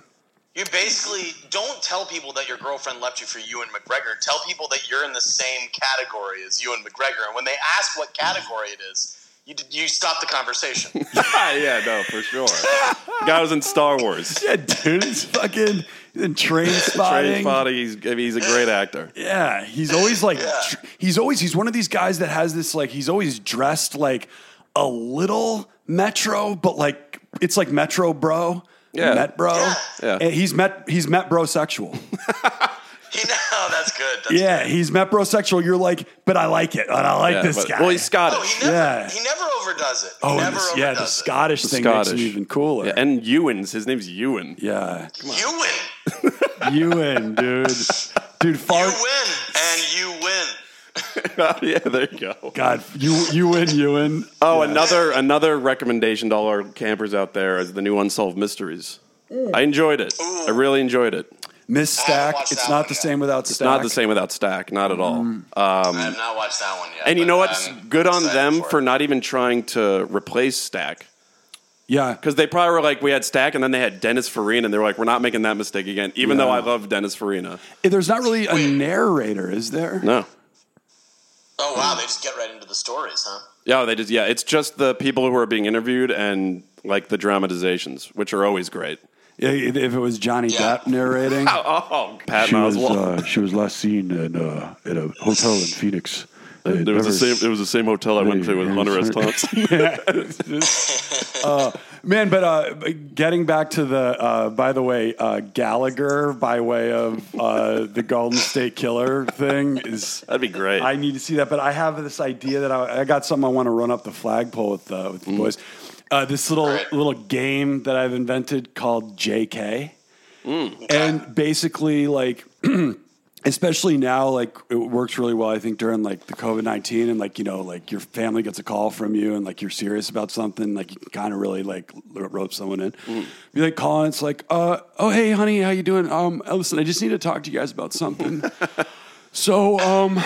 Speaker 3: You basically don't tell people that your girlfriend left you for you and McGregor. Tell people that you're in the same category as you and McGregor, and when they ask what category it is, you you stop the conversation.
Speaker 1: yeah, no, for sure. Guy was in Star Wars.
Speaker 2: yeah, dude, he's fucking in train
Speaker 1: Train
Speaker 2: spotting.
Speaker 1: spotting. He's, I mean, he's a great actor.
Speaker 2: Yeah, he's always like tr- he's always he's one of these guys that has this like he's always dressed like a little metro, but like it's like metro bro.
Speaker 1: Yeah.
Speaker 2: Met bro.
Speaker 3: Yeah.
Speaker 1: Yeah.
Speaker 2: And He's met he's met bro sexual.
Speaker 3: You know, oh, that's good. That's
Speaker 2: yeah, he's met bro sexual. You're like, but I like it, and I like
Speaker 1: Yeah,
Speaker 2: this
Speaker 1: but-
Speaker 2: guy.
Speaker 1: Well, he's
Speaker 3: good. No,
Speaker 1: Scottish.
Speaker 3: he never,
Speaker 2: Yeah.
Speaker 3: he never overdoes it. He
Speaker 2: oh, and
Speaker 3: never
Speaker 2: this- yeah, the
Speaker 3: overdoes it.
Speaker 2: Scottish thing
Speaker 1: Scottish.
Speaker 2: makes him even cooler.
Speaker 1: Yeah, and Ewan's. His name's Ewan.
Speaker 2: yeah.
Speaker 3: You win.
Speaker 2: you win, dude. Dude, far.
Speaker 3: You
Speaker 1: Oh.
Speaker 3: win, and you win.
Speaker 1: yeah, there you go.
Speaker 2: God, you you win, you win.
Speaker 1: Oh, another another recommendation to all our campers out there is the new Unsolved Mysteries. I enjoyed it. I really enjoyed it.
Speaker 2: Miss
Speaker 3: I haven't
Speaker 2: Stack.
Speaker 3: watched
Speaker 2: It's
Speaker 3: that
Speaker 2: not
Speaker 3: one
Speaker 2: the
Speaker 3: yet.
Speaker 2: same without Stack.
Speaker 1: Not the same without Stack, not at all.
Speaker 3: I have not watched that one yet.
Speaker 1: Um, and you
Speaker 3: but
Speaker 1: know what's
Speaker 3: I'm
Speaker 1: good on
Speaker 3: excited
Speaker 1: them
Speaker 3: it.
Speaker 1: for not even trying to replace Stack.
Speaker 2: Yeah,
Speaker 1: Because they probably were like, we had Stack, and then they had Dennis Farina, and they were like, we're not making that mistake again, even though
Speaker 2: Yeah.
Speaker 1: I love Dennis Farina.
Speaker 2: there's not really a narrator, is there?
Speaker 1: No.
Speaker 3: Oh wow, they just get right into the stories, huh?
Speaker 1: Yeah, they just, yeah, it's just the people who are being interviewed and like the dramatizations, which are always great.
Speaker 2: I- If it was Johnny
Speaker 3: Yeah.
Speaker 2: Depp narrating,
Speaker 1: Oh, Pat
Speaker 5: she was
Speaker 1: Oswalt.
Speaker 5: uh, she was last seen in, uh, at a hotel in Phoenix. It
Speaker 1: It was the same. It was the same hotel I went to with
Speaker 5: Yeah,
Speaker 1: Hunter S.
Speaker 5: sure.
Speaker 1: Thompson.
Speaker 2: man. But uh, getting back to the, uh, by the way, uh, Gallagher by way of uh, the Golden State Killer thing is.
Speaker 1: That'd be great.
Speaker 2: I need to see that, but I have this idea that I, I got something I want to run up the flagpole with, uh, with the boys. Uh, this little
Speaker 3: Right.
Speaker 2: little game that I've invented called JK, and basically like. Especially now, like it works really well, I think, during like the COVID 19 and like, you know, like your family gets a call from you and like you're serious about something, like you can kind of really like r- rope someone in. Be like calling, it's like, uh, oh, hey, honey, how you doing? Um, listen, I just need to talk to you guys about something. so, um,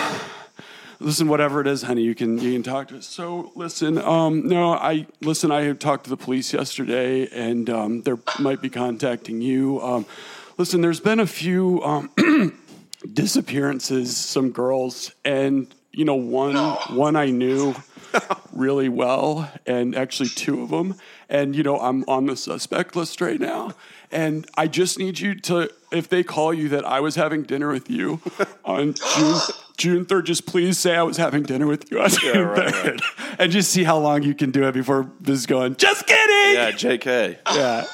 Speaker 2: listen, whatever it is, honey, you can you can talk to us. So listen, um, no, I listen. I had talked to the police yesterday, and um, they might be contacting you. Um, listen, there's been a few um, disappearances, some girls, and you know one one I knew really well, and actually two of them. And you know I'm on the suspect list right now, and I just need you to if they call you that I was having dinner with you on June June third, just please say I was having dinner with you on June
Speaker 1: right,
Speaker 2: third, and just see how long you can do it before this is going. Just kidding.
Speaker 1: yeah, J.K.
Speaker 2: yeah.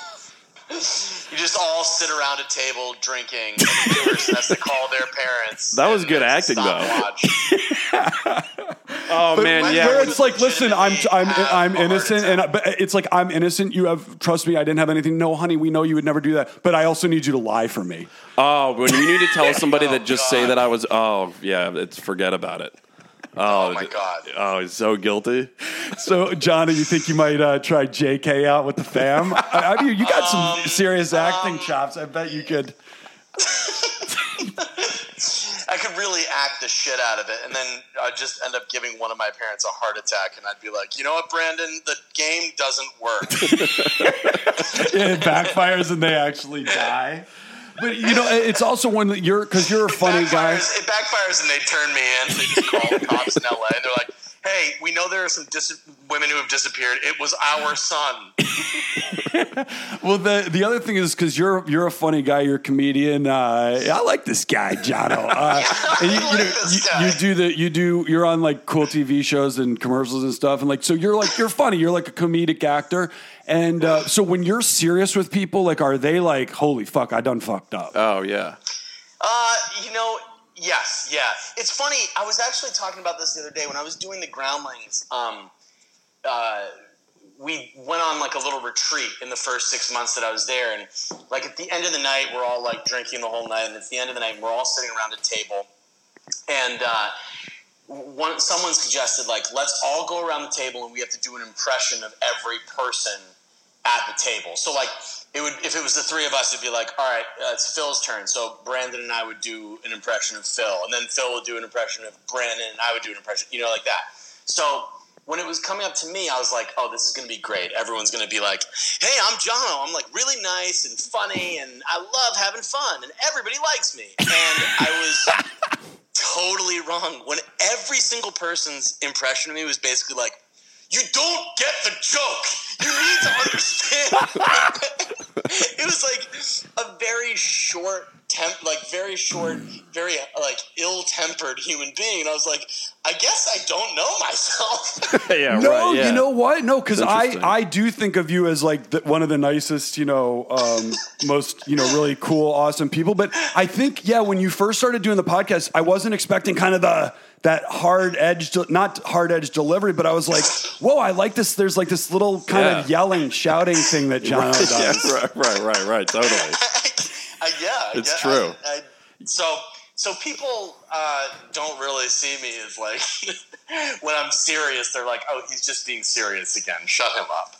Speaker 3: You just all sit around a table drinking. And the person has to call their parents.
Speaker 1: That was
Speaker 3: and
Speaker 1: good
Speaker 3: there's a
Speaker 1: acting, though.
Speaker 3: stopwatch.
Speaker 1: Oh man,
Speaker 3: when
Speaker 1: yeah.
Speaker 3: we're
Speaker 2: where
Speaker 1: when-
Speaker 2: it's like, listen, I'm I'm
Speaker 3: legitimately
Speaker 2: I'm
Speaker 3: have a
Speaker 2: innocent,
Speaker 3: heart
Speaker 2: and I, but it's like I'm innocent. You have trust me. I didn't have anything. No, honey, we know you would never do that. But I also need you to lie for me.
Speaker 1: Oh, when you need to tell somebody that just say
Speaker 3: God.
Speaker 1: that I was. Oh yeah, it's forget about it.
Speaker 3: Oh my god.
Speaker 1: Oh, he's so guilty.
Speaker 2: So, Johnny, you think you might uh, try J.K. out with the fam? I, I mean, you got some
Speaker 3: Um,
Speaker 2: serious acting chops. I bet you could.
Speaker 3: I could really act the shit out of it, and then I'd just end up giving one of my parents a heart attack, and I'd be like, you know what, Brandon, the game doesn't work.
Speaker 2: It backfires, and they actually die. But you know, it's also one that you're because you're a funny guy.
Speaker 3: backfires, It backfires and they turn me in. They just call the cops in LA. They're like, hey, we know there are some dis- women who have disappeared. It was our son.
Speaker 2: Well, the the other thing is because you're you're a funny guy, you're a comedian. Uh, I like this guy, Jono. Uh, and you, you,
Speaker 3: like
Speaker 2: know,
Speaker 3: this
Speaker 2: you,
Speaker 3: guy.
Speaker 2: you do the you do you're on like cool TV shows and commercials and stuff, and like so you're like you're funny. You're like a comedic actor, and uh, so when you're serious with people, like are they like holy fuck, I done fucked up?
Speaker 1: Oh yeah.
Speaker 3: Uh, you know, yes, yeah. It's funny. I was actually talking about this the other day when I was doing the groundlings. Um, uh, we went on like a little retreat in the first six months that I was there, and like at the end of the night, we're all like drinking the whole night, and at the end of the night, we're all sitting around a table, and uh, one someone suggested like let's all go around the table and we have to do an impression of every person at the table. So like it would if it was the three of us, it'd be like, all right, uh, it's Phil's turn. So Brandon and I would do an impression of Phil, and then Phil would do an impression of Brandon, and I would do an impression, you know, like that. So when it was coming up to me, I was like, oh, this is going to be great. Everyone's going to be like, hey, I'm Jono. I'm like really nice and funny, and I love having fun, and everybody likes me. And I was totally wrong when every single person's impression of me was basically like, you don't get the joke. You need to understand. it was like a very short temp, like very short, very like ill-tempered human being. And I was like, I I guess I don't know myself.
Speaker 1: yeah,
Speaker 2: No,
Speaker 1: right, yeah.
Speaker 2: you know what? No, because I,
Speaker 1: Interesting.
Speaker 2: I do think of you as like the, one of the nicest, you know, um, most you know really cool, awesome people. But I think yeah, when you first started doing the podcast, I wasn't expecting kind of the that hard edge, not hard edge delivery, but I was like, whoa, I like this. There's like this little kind of
Speaker 1: Yeah.
Speaker 2: yelling, shouting thing that John does.
Speaker 1: yeah, right, right, right, right, totally.
Speaker 3: I, yeah, I
Speaker 1: It's
Speaker 3: guess-
Speaker 1: true.
Speaker 3: I, I- so, so people uh, don't really see me as like when I'm serious. They're like, "Oh, he's just being serious again. Shut him up."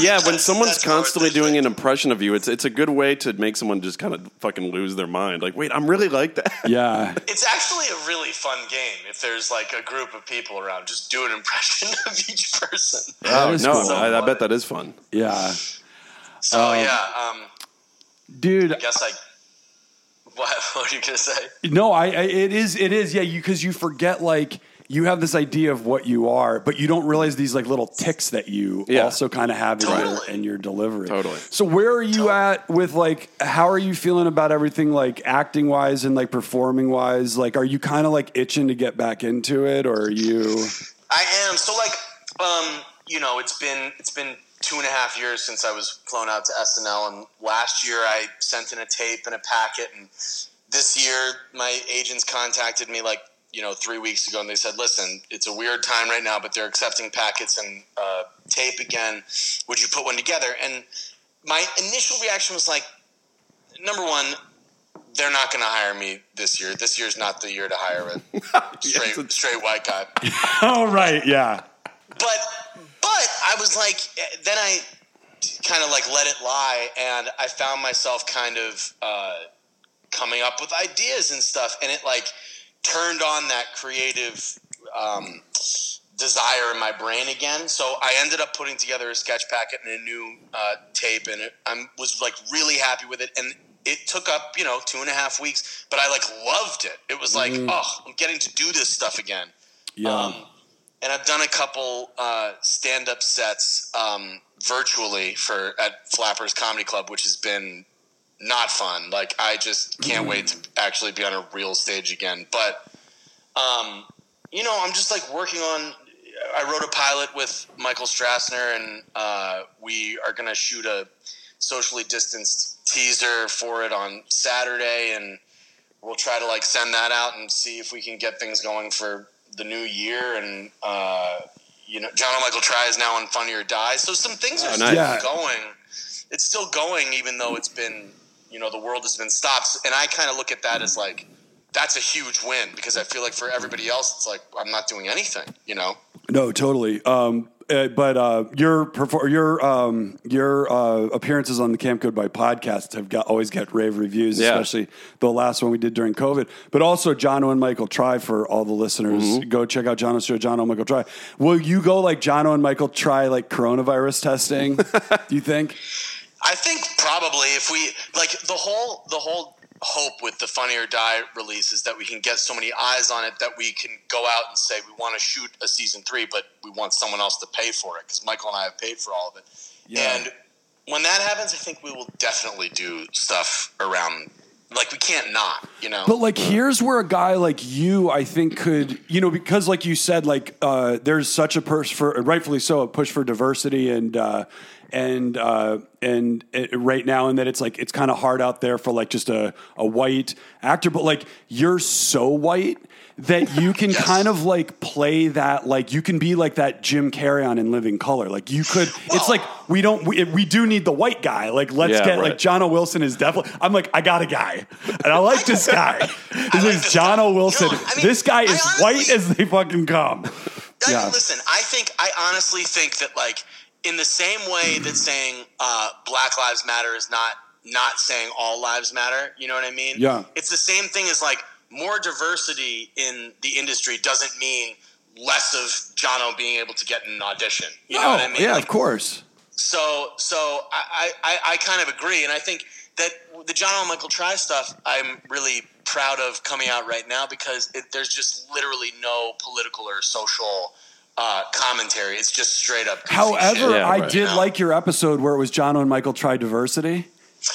Speaker 1: Yeah, when someone's
Speaker 3: that's more
Speaker 1: constantly
Speaker 3: interesting.
Speaker 1: doing an impression of you, it's it's a good way to make someone just kind of fucking lose their mind. Like, wait, I'm really like that.
Speaker 2: Yeah,
Speaker 3: It's actually a really fun game if there's like a group of people around. Just do an impression of each person.
Speaker 2: That
Speaker 1: Oh,
Speaker 2: is
Speaker 1: no,
Speaker 2: cool.
Speaker 1: I, I bet that is fun.
Speaker 2: yeah,
Speaker 3: So yeah, um,
Speaker 2: dude.
Speaker 3: I guess I. What, what are you gonna say?
Speaker 2: No, I, I it is it is yeah. You because you forget like you have this idea of what you are, but you don't realize these like little ticks that you
Speaker 1: Yeah.
Speaker 2: also kind of have in, your,
Speaker 3: Totally.
Speaker 2: in your delivery.
Speaker 1: Totally.
Speaker 2: So where are you at with like how are you feeling about everything like acting wise and like performing wise? Like are you kind of like itching to get back into it or are you?
Speaker 3: I am. So like, um, you know, it's been it's been two and a half years since I was flown out to SNL, and last year I sent in a tape and a packet, and this year my agents contacted me like you know three weeks ago, and they said, "Listen, it's a weird time right now, but they're accepting packets and uh, tape again. Would you put one together?" And my initial reaction was like, number one. They're not going to hire me this year. This year's not the year to hire a straight,
Speaker 1: it's-
Speaker 3: straight white guy
Speaker 2: Oh right, yeah.
Speaker 3: but but I was like, then I kind of like let it lie, and I found myself kind of uh, coming up with ideas and stuff, and it like turned on that creative um, desire in my brain again. So I ended up putting together a sketch packet and a new uh, tape, and it, I was like really happy with it, and. It took up, you know, two and a half weeks, but I like loved it. It was like, oh, I'm getting to do this stuff again
Speaker 2: Yeah.
Speaker 1: Um,
Speaker 3: Um, and I've done a couple uh, stand-up sets um, virtually for at Flappers Comedy Club, which has been not fun. Like I just can't wait to actually be on a real stage again. But um, you know, I'm just like working on. I wrote a pilot with Michael Strassner, and uh, we are going to shoot a socially distanced teaser for it on Saturday, and we'll try to like send that out and see if we can get things going for the new year and uh, you know john michael try is now on funny or die so some things are
Speaker 1: Oh,
Speaker 3: still
Speaker 1: nice.
Speaker 2: Yeah.
Speaker 3: going it's still going even though it's been you know the world has been stopped and i kind of look at that as like that's a huge win because i feel like for everybody else it's like i'm not doing anything you know
Speaker 2: No, totally. Um, uh, but uh, your perfor- your um, your uh, appearances on the Camp Goodbye podcast have got always get rave reviews,
Speaker 1: Yeah.
Speaker 2: especially the last one we did during COVID. But also John and Michael Try for all the listeners, go check out John show. John and Michael Try. Will you go like John and Michael Try like coronavirus testing? do you think?
Speaker 3: I think probably if we like the whole the whole hope with the Funny or Die release is that we can get so many eyes on it that we can go out and say we want to shoot a season three, but we want someone else to pay for it because Michael and I have paid for all of it. And when that happens, I think we will definitely do stuff around. Like we can't not, you know.
Speaker 2: But like, here's where a guy like you, I think, could you know because like you said, like uh, there's such a push for rightfully so a push for diversity and uh, and uh, and uh, right now, and that it's like it's kind of hard out there for like just a a white actor, but like you're so white that you can kind of like play that like you can be like that Jim Carrey on in Living Color, like you could. It's like we don't we, we do need the white guy. Like let's
Speaker 1: Yeah,
Speaker 2: get
Speaker 1: right.
Speaker 2: like John O. Wilson is definitely. I'm like I got a guy, and I like this guy. His
Speaker 3: like
Speaker 2: name's
Speaker 3: this
Speaker 2: John
Speaker 3: guy.
Speaker 2: O. Wilson.
Speaker 3: No, I mean,
Speaker 2: this guy
Speaker 3: I
Speaker 2: is
Speaker 3: honestly-
Speaker 2: white as they fucking come.
Speaker 3: I mean,
Speaker 2: Yeah.
Speaker 3: listen, I think I honestly think that like in the same way that saying uh, Black Lives Matter is not not saying all lives matter. You know what I mean?
Speaker 2: Yeah.
Speaker 3: It's the same thing as like more diversity in the industry doesn't mean less of Jono being able to get an audition. You know what I mean?
Speaker 2: Oh, yeah,
Speaker 3: Like,
Speaker 2: of course.
Speaker 3: so so I, I, I kind of agree, and I think that the John L. Michael Try stuff I'm really proud of coming out right now because it, there's just literally no political or social uh, commentary. It's just straight up. goofy
Speaker 2: However,
Speaker 3: shit.
Speaker 1: Yeah,
Speaker 2: I
Speaker 1: right.
Speaker 2: did
Speaker 3: Yeah.
Speaker 2: like your episode where it was John and Michael try diversity.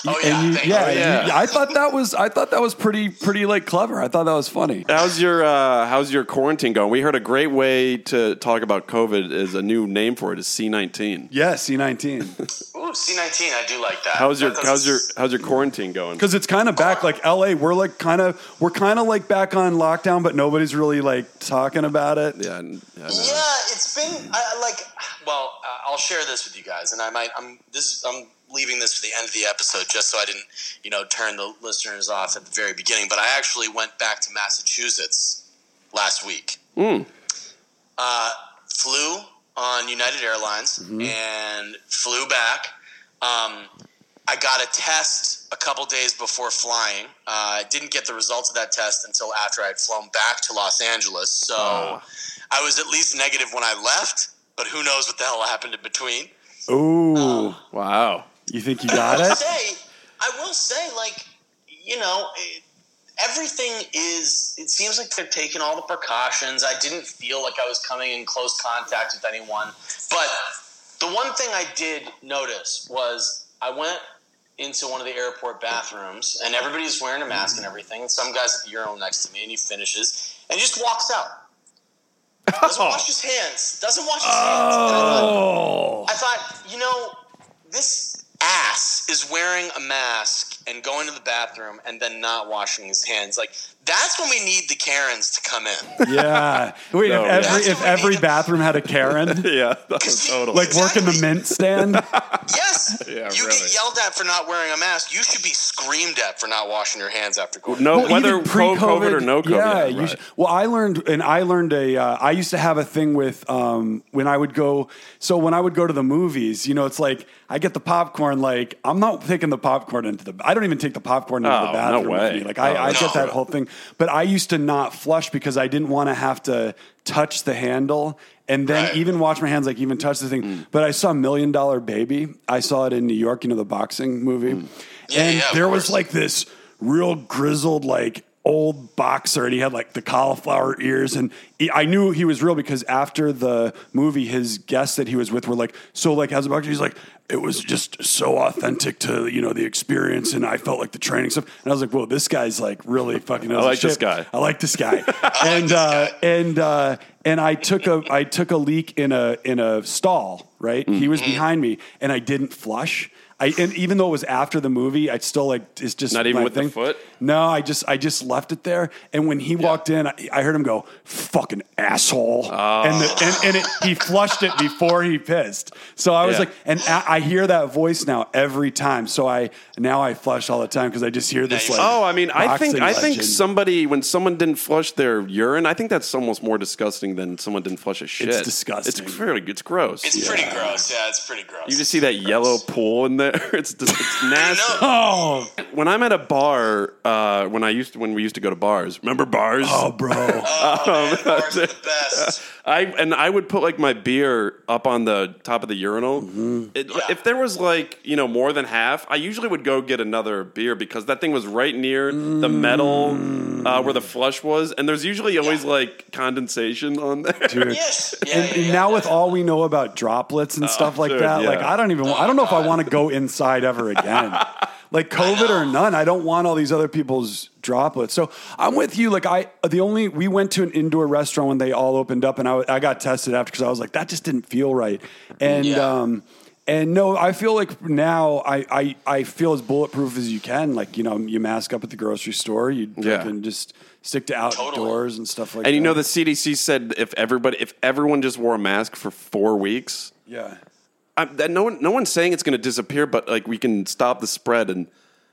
Speaker 3: Oh, yeah.
Speaker 2: and you,
Speaker 3: Thank
Speaker 2: yeah,
Speaker 3: you.
Speaker 1: yeah.
Speaker 2: you- I thought that was I thought that was pretty pretty like clever. I thought that was funny.
Speaker 1: How's your uh, How's your quarantine going? We heard a great way to talk about COVID is a new name for it is C nineteen.
Speaker 2: Yeah, C nineteen
Speaker 3: Ooh, C19. I do like that.
Speaker 1: How's your
Speaker 3: That
Speaker 1: How's your
Speaker 3: doesn't-
Speaker 1: How's your quarantine going?
Speaker 2: because it's kind of back like L.A. We're like kind of we're kind of like back on lockdown, but nobody's really like talking about it.
Speaker 1: Yeah, n- yeah, I know.
Speaker 3: Yeah, it's been I, I like. Well, uh, I'll share this with you guys, and I might. I'm this. Is, I'm leaving this for the end of the episode, just so I didn't, you know, turn the listeners off at the very beginning. But I actually went back to Massachusetts last week. Uh, flew on United Airlines and flew back. Um, I got a test a couple days before flying. Uh, I didn't get the results of that test until after I had flown back to Los Angeles. So. I was at least negative when I left, but who knows what the hell happened in between.
Speaker 2: Ooh,
Speaker 3: Oh.
Speaker 1: Wow.
Speaker 2: you think you
Speaker 3: I
Speaker 2: got
Speaker 3: will
Speaker 2: it?
Speaker 3: say, I will say, like, you know, it, everything is. It seems like they're taking all the precautions. I didn't feel like I was coming in close contact with anyone, but the one thing I did notice was I went into one of the airport bathrooms, and everybody's wearing a mask and everything. And some guy's at the urinal next to me, and he finishes and he just walks out. Doesn't wash his hands. Doesn't wash his hands. And I thought,
Speaker 2: Oh,
Speaker 3: I thought, you know, this ass is wearing a mask and going to the bathroom and then not washing his hands. Like that's when we need the Karens to come in.
Speaker 2: yeah. Wait,
Speaker 1: No,
Speaker 2: if
Speaker 1: yeah.
Speaker 2: every if every bathroom had a Karen,
Speaker 1: Yeah, that was total.
Speaker 2: like work in the mint stand.
Speaker 3: Yes,
Speaker 1: Yeah,
Speaker 3: you
Speaker 1: really.
Speaker 3: get yelled at for not wearing a mask. You should be screamed at for not washing your hands after going.
Speaker 1: no,
Speaker 2: Well,
Speaker 1: whether
Speaker 2: even pre-COVID,
Speaker 1: COVID or no COVID.
Speaker 2: Yeah, you
Speaker 1: right.
Speaker 2: should- well, I learned, and I learned a. Uh, I used to have a thing with um, when I would go. So when I would go to the movies, you know, it's like I get the popcorn. Like I'm not taking the popcorn into the. I don't even take the popcorn into
Speaker 1: Oh,
Speaker 2: the
Speaker 1: no
Speaker 2: bathroom with
Speaker 1: way.
Speaker 2: me. Like I,
Speaker 1: Oh,
Speaker 2: I
Speaker 1: no.
Speaker 2: get that whole thing. But I used to not flush because I didn't want to have to touch the handle. And then
Speaker 3: Right.
Speaker 2: even watch my hands, like even touch the thing.
Speaker 1: Mm.
Speaker 2: But I saw Million Dollar Baby. I saw it in New York, you know, the boxing movie.
Speaker 1: Mm.
Speaker 3: Yeah,
Speaker 2: and
Speaker 3: yeah, of
Speaker 2: there was
Speaker 3: course.
Speaker 2: like this real grizzled like old boxer and he had like the cauliflower ears and he, i knew he was real because after the movie his guests that he was with were like so like as a boxer he's like it was just so authentic to you know the experience and i felt like the training stuff and i was like whoa this guy's like really fucking knows
Speaker 1: I like
Speaker 2: his shit.
Speaker 1: this guy.
Speaker 2: I like this guy. and uh, and uh, and I took a I took a leak in a in a stall. Right, he was
Speaker 1: Mm-hmm.
Speaker 2: behind me, and I didn't flush. I and even though it was after the movie, I still like it's just
Speaker 1: Not even
Speaker 2: my
Speaker 1: with the
Speaker 2: thing.
Speaker 1: foot?
Speaker 2: No, I just I just left it there. And when he walked in, I, I heard him go "fucking asshole,"
Speaker 1: Oh.
Speaker 2: and, the, and and it, he flushed it before he pissed. So I was
Speaker 1: Yeah.
Speaker 2: like, and I, I hear that voice now every time. So I now I flush all the time because I just hear this
Speaker 3: you-
Speaker 2: like.
Speaker 1: Oh, I mean, I think
Speaker 2: boxing
Speaker 1: I think
Speaker 2: legend.
Speaker 1: somebody when someone didn't flush their urine, I think that's almost more disgusting than someone didn't flush a shit.
Speaker 2: disgusting.
Speaker 1: It's really it's gross.
Speaker 3: It's pretty gross. Yeah, it's pretty gross.
Speaker 1: you just see that yellow pool in there. It's just, it's nasty.
Speaker 3: No,
Speaker 2: Oh,
Speaker 1: When I'm at a bar, uh, when I used to, when we used to go to bars, remember bars?
Speaker 2: oh, bro.
Speaker 3: man, bars are the best.
Speaker 1: I and I would put like my beer up on the top of the urinal. It, If there was like you know more than half, I usually would go get another beer because that thing was right near the metal uh, where the flush was, and there's usually always like condensation on there.
Speaker 2: Dude.
Speaker 3: Yes. Yeah,
Speaker 2: and
Speaker 3: yeah, yeah.
Speaker 2: now with all we know about droplets and stuff like
Speaker 1: Oh, dude,
Speaker 2: that,
Speaker 1: yeah. Oh,
Speaker 2: like I don't even, I don't know if I want to go inside ever again. like COVID or none, I don't want all these other people's droplets. So I'm with you. Like I, the only we went to an indoor restaurant when they all opened up, and I, I got tested after because I was like that just didn't feel right, and.
Speaker 3: Yeah.
Speaker 2: um and no, I feel like now I, I, I feel as bulletproof as you can. Like, you know, you mask up at the grocery store, you
Speaker 1: Yeah.
Speaker 2: and just stick to outdoors and stuff like that.
Speaker 1: And you know the CDC said if everybody if everyone just wore a mask for four weeks,
Speaker 2: Yeah.
Speaker 1: I, that no one no one's saying it's going to disappear, but like we can stop the spread and.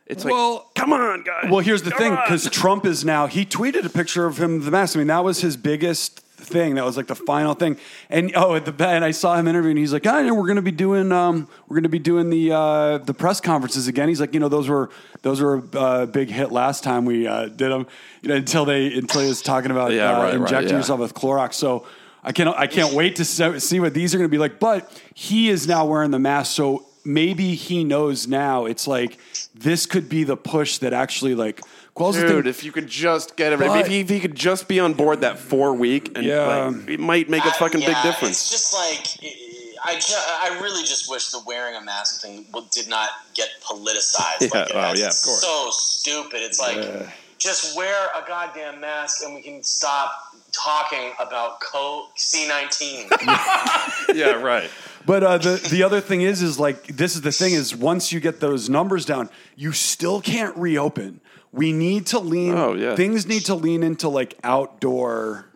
Speaker 1: It's like,
Speaker 2: Well-
Speaker 1: come on, guys.
Speaker 2: Well, here's the
Speaker 1: Come
Speaker 2: thing
Speaker 1: on.
Speaker 2: because Trump is now, he tweeted a picture of him with the mask. I mean, that was his biggest thing. That was like the final thing. And oh, at the and I saw him interviewing. he's like, "Ah, you know, we're going to be doing um, we're going to be doing the uh, the press conferences again." He's like, "You know, those were those were a uh, big hit last time we uh, did them. You know, until they until he was talking about
Speaker 1: Yeah,
Speaker 2: uh,
Speaker 1: right, right,
Speaker 2: injecting
Speaker 1: yeah.
Speaker 2: yourself with Clorox." So. I can't. I can't wait to se- see what these are going to be like. But he is now wearing the mask, so maybe he knows now. It's like this could be the push that actually like. Qualls the
Speaker 1: Dude,
Speaker 2: thing-
Speaker 1: if you could just get him, if,
Speaker 2: But-
Speaker 1: he, if he could just be on board that four week, and
Speaker 2: Yeah.
Speaker 1: like, it might make a
Speaker 3: I-
Speaker 1: fucking
Speaker 3: yeah,
Speaker 1: big difference.
Speaker 3: It's just like eh, eh, I, ju- I really just wish the wearing a mask thing w- did not get politicized.
Speaker 1: Yeah,
Speaker 3: like it
Speaker 1: oh,
Speaker 3: has.
Speaker 1: yeah, of
Speaker 3: It's
Speaker 1: course.
Speaker 3: So stupid. It's like just wear a goddamn mask, and we can stop talking about co C nineteen.
Speaker 1: yeah, right.
Speaker 2: But uh, the the other thing is, is like this is the thing is once you get those numbers down, you still can't reopen. We need to lean.
Speaker 1: Oh, yeah. Mm.
Speaker 2: Things need to lean into like outdoor,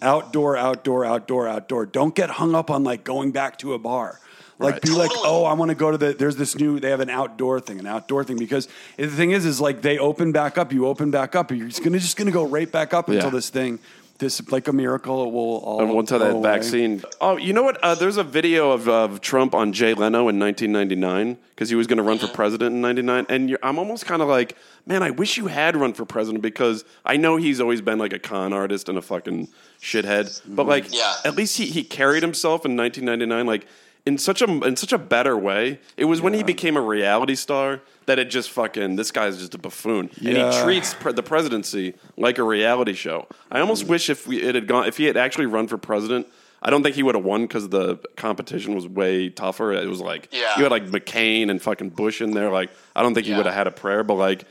Speaker 2: outdoor, outdoor, outdoor, outdoor. Don't get hung up on like going back to a bar. Like
Speaker 1: Right.
Speaker 2: be like, oh, I want to go to the. There's this new. They have an outdoor thing, an outdoor thing. Because the thing is, is like they open back up. You open back up. You're just gonna just gonna go right back up
Speaker 1: Yeah.
Speaker 2: until this thing, this like a miracle. It will all
Speaker 1: And until that
Speaker 2: go away.
Speaker 1: vaccine. Oh, you know what? Uh, there's a video of, of Trump on Jay Leno in 1999 because he was going to run for president in 99. And you're, I'm almost kind of like, man, I wish you had run for president because I know he's always been like a con artist and a fucking shithead. But like,
Speaker 3: Yeah.
Speaker 1: at least he, he carried himself in 1999 like in such a in such a better way. It was when he became a reality star that it just fucking this guy's just a buffoon and he
Speaker 2: Yeah.
Speaker 1: treats pre- the presidency like a reality show. I almost wish if we, it had gone if he had actually run for president. I don't think he would have won because the competition was way tougher. It was like
Speaker 3: Yeah.
Speaker 1: you had like McCain and fucking Bush in there. Like I don't think he
Speaker 3: Yeah.
Speaker 1: would have had a prayer, but like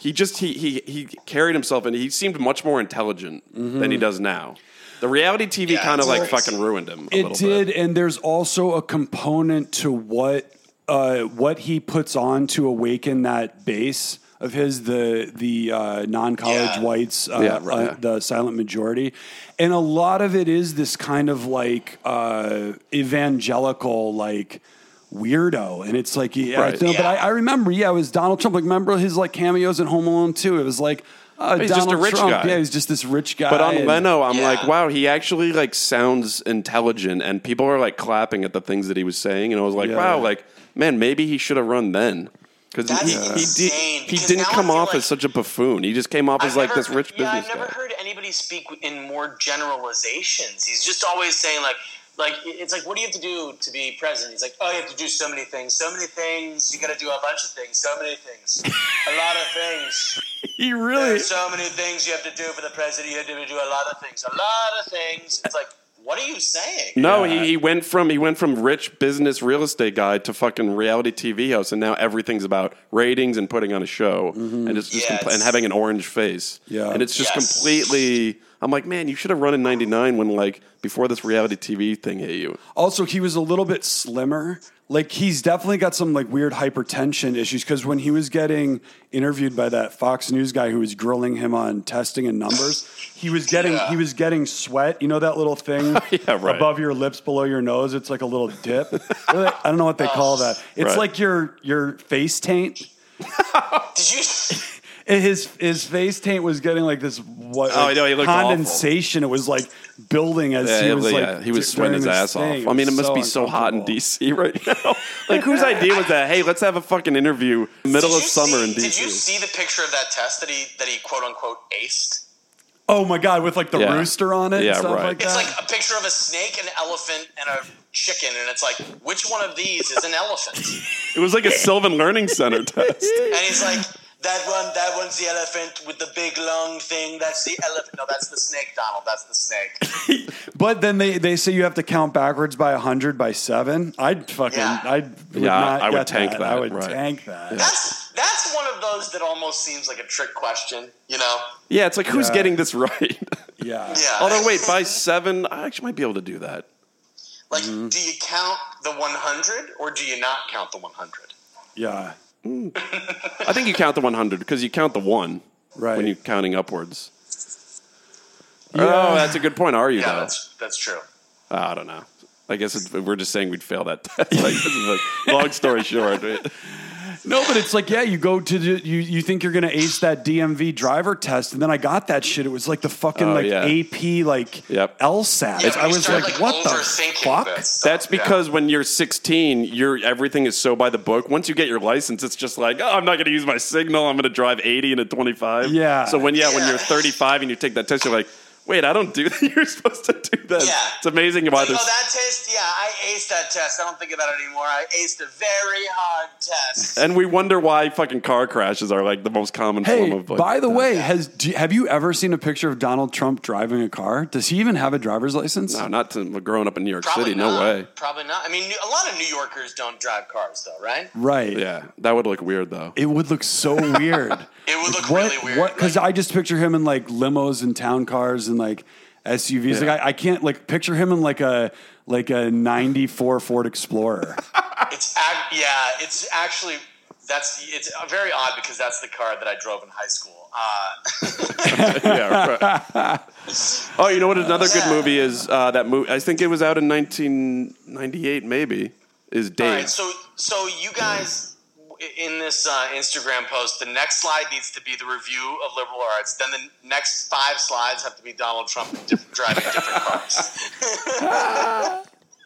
Speaker 1: he just he he he carried himself and he seemed much more intelligent
Speaker 2: Mm-hmm.
Speaker 1: than he does now. The reality TV
Speaker 3: Yeah,
Speaker 1: kind of
Speaker 3: it's
Speaker 1: like
Speaker 3: worse.
Speaker 1: fucking ruined him. A
Speaker 2: it
Speaker 1: little
Speaker 2: did
Speaker 1: Bit.
Speaker 2: and there's also a component to what uh, what he puts on to awaken that base of his the the uh, non-college
Speaker 3: Yeah.
Speaker 2: whites uh,
Speaker 1: Yeah, right,
Speaker 2: uh,
Speaker 1: yeah.
Speaker 2: the silent majority and a lot of it is this kind of like uh, evangelical like weirdo and it's like yeah, I
Speaker 1: Right.
Speaker 2: know, but
Speaker 3: Yeah.
Speaker 2: I, I remember yeah it was donald trump like remember his like cameos in home alone too it was like uh,
Speaker 1: He's just
Speaker 2: donald
Speaker 1: a rich
Speaker 2: trump
Speaker 1: guy.
Speaker 2: yeah he's just this rich guy
Speaker 1: But on
Speaker 2: and-
Speaker 1: Leno, I'm
Speaker 3: Yeah.
Speaker 1: like, wow, he actually like sounds intelligent, and people are like clapping at the things that he was saying, and I was like,
Speaker 2: Yeah.
Speaker 1: wow, like man, maybe he should have run then because
Speaker 3: That's
Speaker 1: he, he,
Speaker 3: insane,
Speaker 1: did, he
Speaker 3: because
Speaker 1: didn't
Speaker 3: now I
Speaker 1: come
Speaker 3: feel
Speaker 1: off
Speaker 3: like-
Speaker 1: as such a buffoon. He just came off as like this rich
Speaker 3: yeah,
Speaker 1: business
Speaker 3: I've never
Speaker 1: guy.
Speaker 3: heard anybody speak in more generalizations. He's just always saying like, like it's like, what do you have to do to be president? He's like, oh, you have to do so many things, so many things. You got to do a bunch of things, so many things, a lot of things.
Speaker 1: He
Speaker 3: There
Speaker 1: really
Speaker 3: are so many things you have to do for the president. You have to do a lot of things, a lot of things. It's like, what are you saying?
Speaker 1: no. He, he went from he went from rich business real estate guy to fucking reality TV host, and now everything's about ratings and putting on a show, and it's just
Speaker 3: Yeah,
Speaker 1: compl-
Speaker 3: it's-
Speaker 1: and having an orange face.
Speaker 2: Mm-hmm. Yeah.
Speaker 1: and it's just
Speaker 3: Yes.
Speaker 1: completely. I'm like, man, you should have run in '99 when like before this reality TV thing hit you.
Speaker 2: Also, he was a little bit slimmer. Like he's definitely got some like weird hypertension issues because when he was getting interviewed by that Fox News guy who was grilling him on testing and numbers, he was getting
Speaker 3: Yeah.
Speaker 2: he was getting sweat. You know that little thing
Speaker 1: right.
Speaker 2: above your lips, below your nose. It's like a little dip. I don't know what they call that. It's
Speaker 1: Right.
Speaker 2: like your your face taint.
Speaker 3: Did you?
Speaker 2: And his his face taint was getting like this what
Speaker 1: Oh,
Speaker 2: like,
Speaker 1: I know, he looked awful.
Speaker 2: condensation. It was like building as
Speaker 1: Yeah,
Speaker 2: Oh, he was like
Speaker 1: yeah, he was
Speaker 2: d-
Speaker 1: sweating
Speaker 2: during
Speaker 1: his
Speaker 2: this
Speaker 1: ass
Speaker 2: thing.
Speaker 1: off. I mean, it must
Speaker 2: was
Speaker 1: be so hot in
Speaker 2: uncomfortable.
Speaker 1: DC right now. like, whose idea was that? Hey, let's have a fucking interview, middle
Speaker 3: Did
Speaker 1: of
Speaker 3: you
Speaker 1: summer
Speaker 3: see-
Speaker 1: in DC.
Speaker 3: Did you see the picture of that test that he that he quote unquote aced?
Speaker 2: Oh my god, with like the
Speaker 1: Yeah.
Speaker 2: rooster on it
Speaker 1: Yeah,
Speaker 2: and stuff
Speaker 1: right.
Speaker 2: like that.
Speaker 3: It's like a picture of a snake, an elephant, and a chicken, and it's like, which one of these is an elephant?
Speaker 1: It was like a Sylvan Learning Center test.
Speaker 3: And he's like, that one, that one's the elephant with the big long thing. That's the elephant. No, that's the snake, Donald. That's the snake.
Speaker 2: but then they, they say you have to count backwards by 100 by 7. I'd fucking
Speaker 3: Yeah.
Speaker 2: I'd would
Speaker 1: Yeah,
Speaker 2: not
Speaker 1: I would
Speaker 2: get
Speaker 1: tank that,
Speaker 2: I would
Speaker 1: right.
Speaker 2: tank that.
Speaker 3: That's that's one of those that almost seems like a trick question, you know?
Speaker 1: Yeah, it's like who's
Speaker 2: Yeah.
Speaker 1: getting this right?
Speaker 2: Yeah.
Speaker 3: Yeah.
Speaker 1: Although, wait, by seven, I actually might be able to do that.
Speaker 3: like,
Speaker 2: Mm-hmm.
Speaker 3: do you count the 100 or do you not count the 100?
Speaker 2: Yeah.
Speaker 1: I think you count the one hundred because you count the one
Speaker 2: Right.
Speaker 1: when you're counting upwards.
Speaker 2: Yeah.
Speaker 1: Oh, that's a good point. Are you
Speaker 3: Yeah,
Speaker 1: though?
Speaker 3: that's that's true.
Speaker 1: Oh, I don't know. I guess it's, we're just saying we'd fail that test. Like, this is a long story short.
Speaker 2: No, but it's like yeah, you go to the, you you think you're going to ace that DMV driver test and then I got that shit. It was like the fucking
Speaker 1: Oh,
Speaker 2: like
Speaker 1: yeah.
Speaker 2: AP like
Speaker 1: Yep.
Speaker 2: LSAT.
Speaker 3: Yeah,
Speaker 2: I
Speaker 3: we
Speaker 2: was
Speaker 3: start,
Speaker 2: like, what the
Speaker 3: overthinking
Speaker 2: fuck?
Speaker 3: this stuff.
Speaker 1: That's
Speaker 3: Yeah.
Speaker 1: because when you're 16, you're everything is so by the book. Once you get your license, it's just like, oh, I'm not going to use my signal. I'm going to drive 80 and a 25.
Speaker 2: Yeah.
Speaker 1: So when yeah, when
Speaker 3: Yeah.
Speaker 1: you're 35 and you take that test, you're like, wait, I don't do that. You're supposed to do that.
Speaker 3: Yeah.
Speaker 1: It's amazing about
Speaker 3: Like,
Speaker 1: this.
Speaker 3: oh, that test? Yeah, I aced that test. I don't think about it anymore. I aced a very hard test.
Speaker 1: and we wonder why fucking car crashes are like the most common
Speaker 2: Hey,
Speaker 1: form of like,
Speaker 2: by the way, has do, you- have you ever seen a picture of Donald Trump driving a car? Does he even have a driver's license?
Speaker 1: no, not to, growing up in New York
Speaker 3: Probably
Speaker 1: City.
Speaker 3: not.
Speaker 1: No way.
Speaker 3: Probably not. I mean, a lot of New Yorkers don't drive cars, though, right?
Speaker 2: Right.
Speaker 1: Yeah, that would look weird though.
Speaker 2: It would look so weird.
Speaker 3: It would look
Speaker 2: what?
Speaker 3: really weird.
Speaker 2: What? Because I just picture him in like limos and town cars and like SUVs. Like I, I can't like picture him in like a like a '94 Ford Explorer.
Speaker 3: It's ac- yeah, it's actually that's it's very odd because that's the car that I drove in high school. Uh,
Speaker 1: yeah. Right. Oh, you know what? Another good
Speaker 3: Yeah.
Speaker 1: movie is uh, that movie. I think it was out in 1998, maybe. Is
Speaker 3: all
Speaker 1: Dave?
Speaker 3: right, so so you guys in this uh, Instagram post, the next slide needs to be the review of liberal arts. Then the next five slides have to be Donald Trump diff- driving different cars.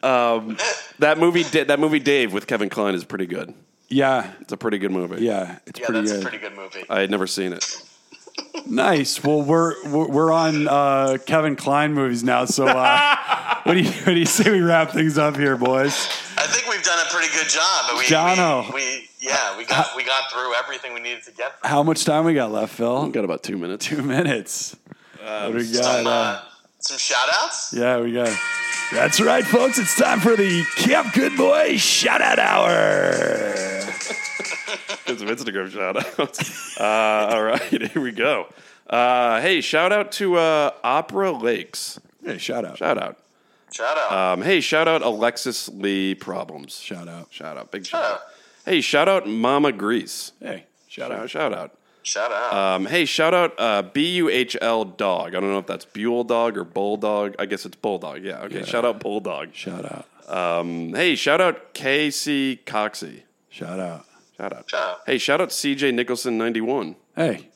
Speaker 1: that movie, Da- that movie Dave with Kevin Kline is pretty good.
Speaker 2: yeah,
Speaker 1: It's a pretty good movie.
Speaker 2: yeah, it's
Speaker 3: Yeah,
Speaker 2: pretty
Speaker 3: that's
Speaker 2: good.
Speaker 3: a pretty good movie.
Speaker 1: I had never seen it.
Speaker 2: Nice. Well, we're we're we're on uh, Kevin Klein movies now. So uh, what do you what do you say we wrap things up here, boys?
Speaker 3: I think we've done a pretty good job. but We,
Speaker 2: Jono.
Speaker 3: we, we yeah, we got we got through everything we needed to get. through.
Speaker 2: How much time we got left, Phil?
Speaker 1: I've got about two minutes.
Speaker 2: Two minutes. what do we got?
Speaker 3: Some,
Speaker 2: Uh,
Speaker 3: uh, some shout outs.
Speaker 2: yeah, we got. That's right, folks. It's time for the Camp Good Boy Shout Out Hour.
Speaker 1: Get some Instagram shout outs. Uh, all right, here we go. Uh, hey, shout out to uh, Opera Lakes.
Speaker 2: Hey, shout out.
Speaker 1: Shout out.
Speaker 3: Shout out.
Speaker 2: Uh,
Speaker 1: Um, hey, shout out Alexis Lee Problems.
Speaker 2: Shout out.
Speaker 1: Shout out. Big shout out. Hey, shout out Mama Grease.
Speaker 2: Hey, shout
Speaker 1: Shout out.
Speaker 2: out.
Speaker 1: Shout out.
Speaker 3: shout out.
Speaker 1: Um, hey, shout out uh, B-U-H-L Dog. I don't know if that's Buell Dog or Bulldog. I guess it's Bulldog. Yeah. Okay. Shout out Bulldog.
Speaker 2: Shout out.
Speaker 1: Um, hey, shout out KC Coxey.
Speaker 2: Shout out.
Speaker 1: Shout out.
Speaker 3: Shout out.
Speaker 1: Hey, shout out CJ Nicholson 91.
Speaker 2: Hey,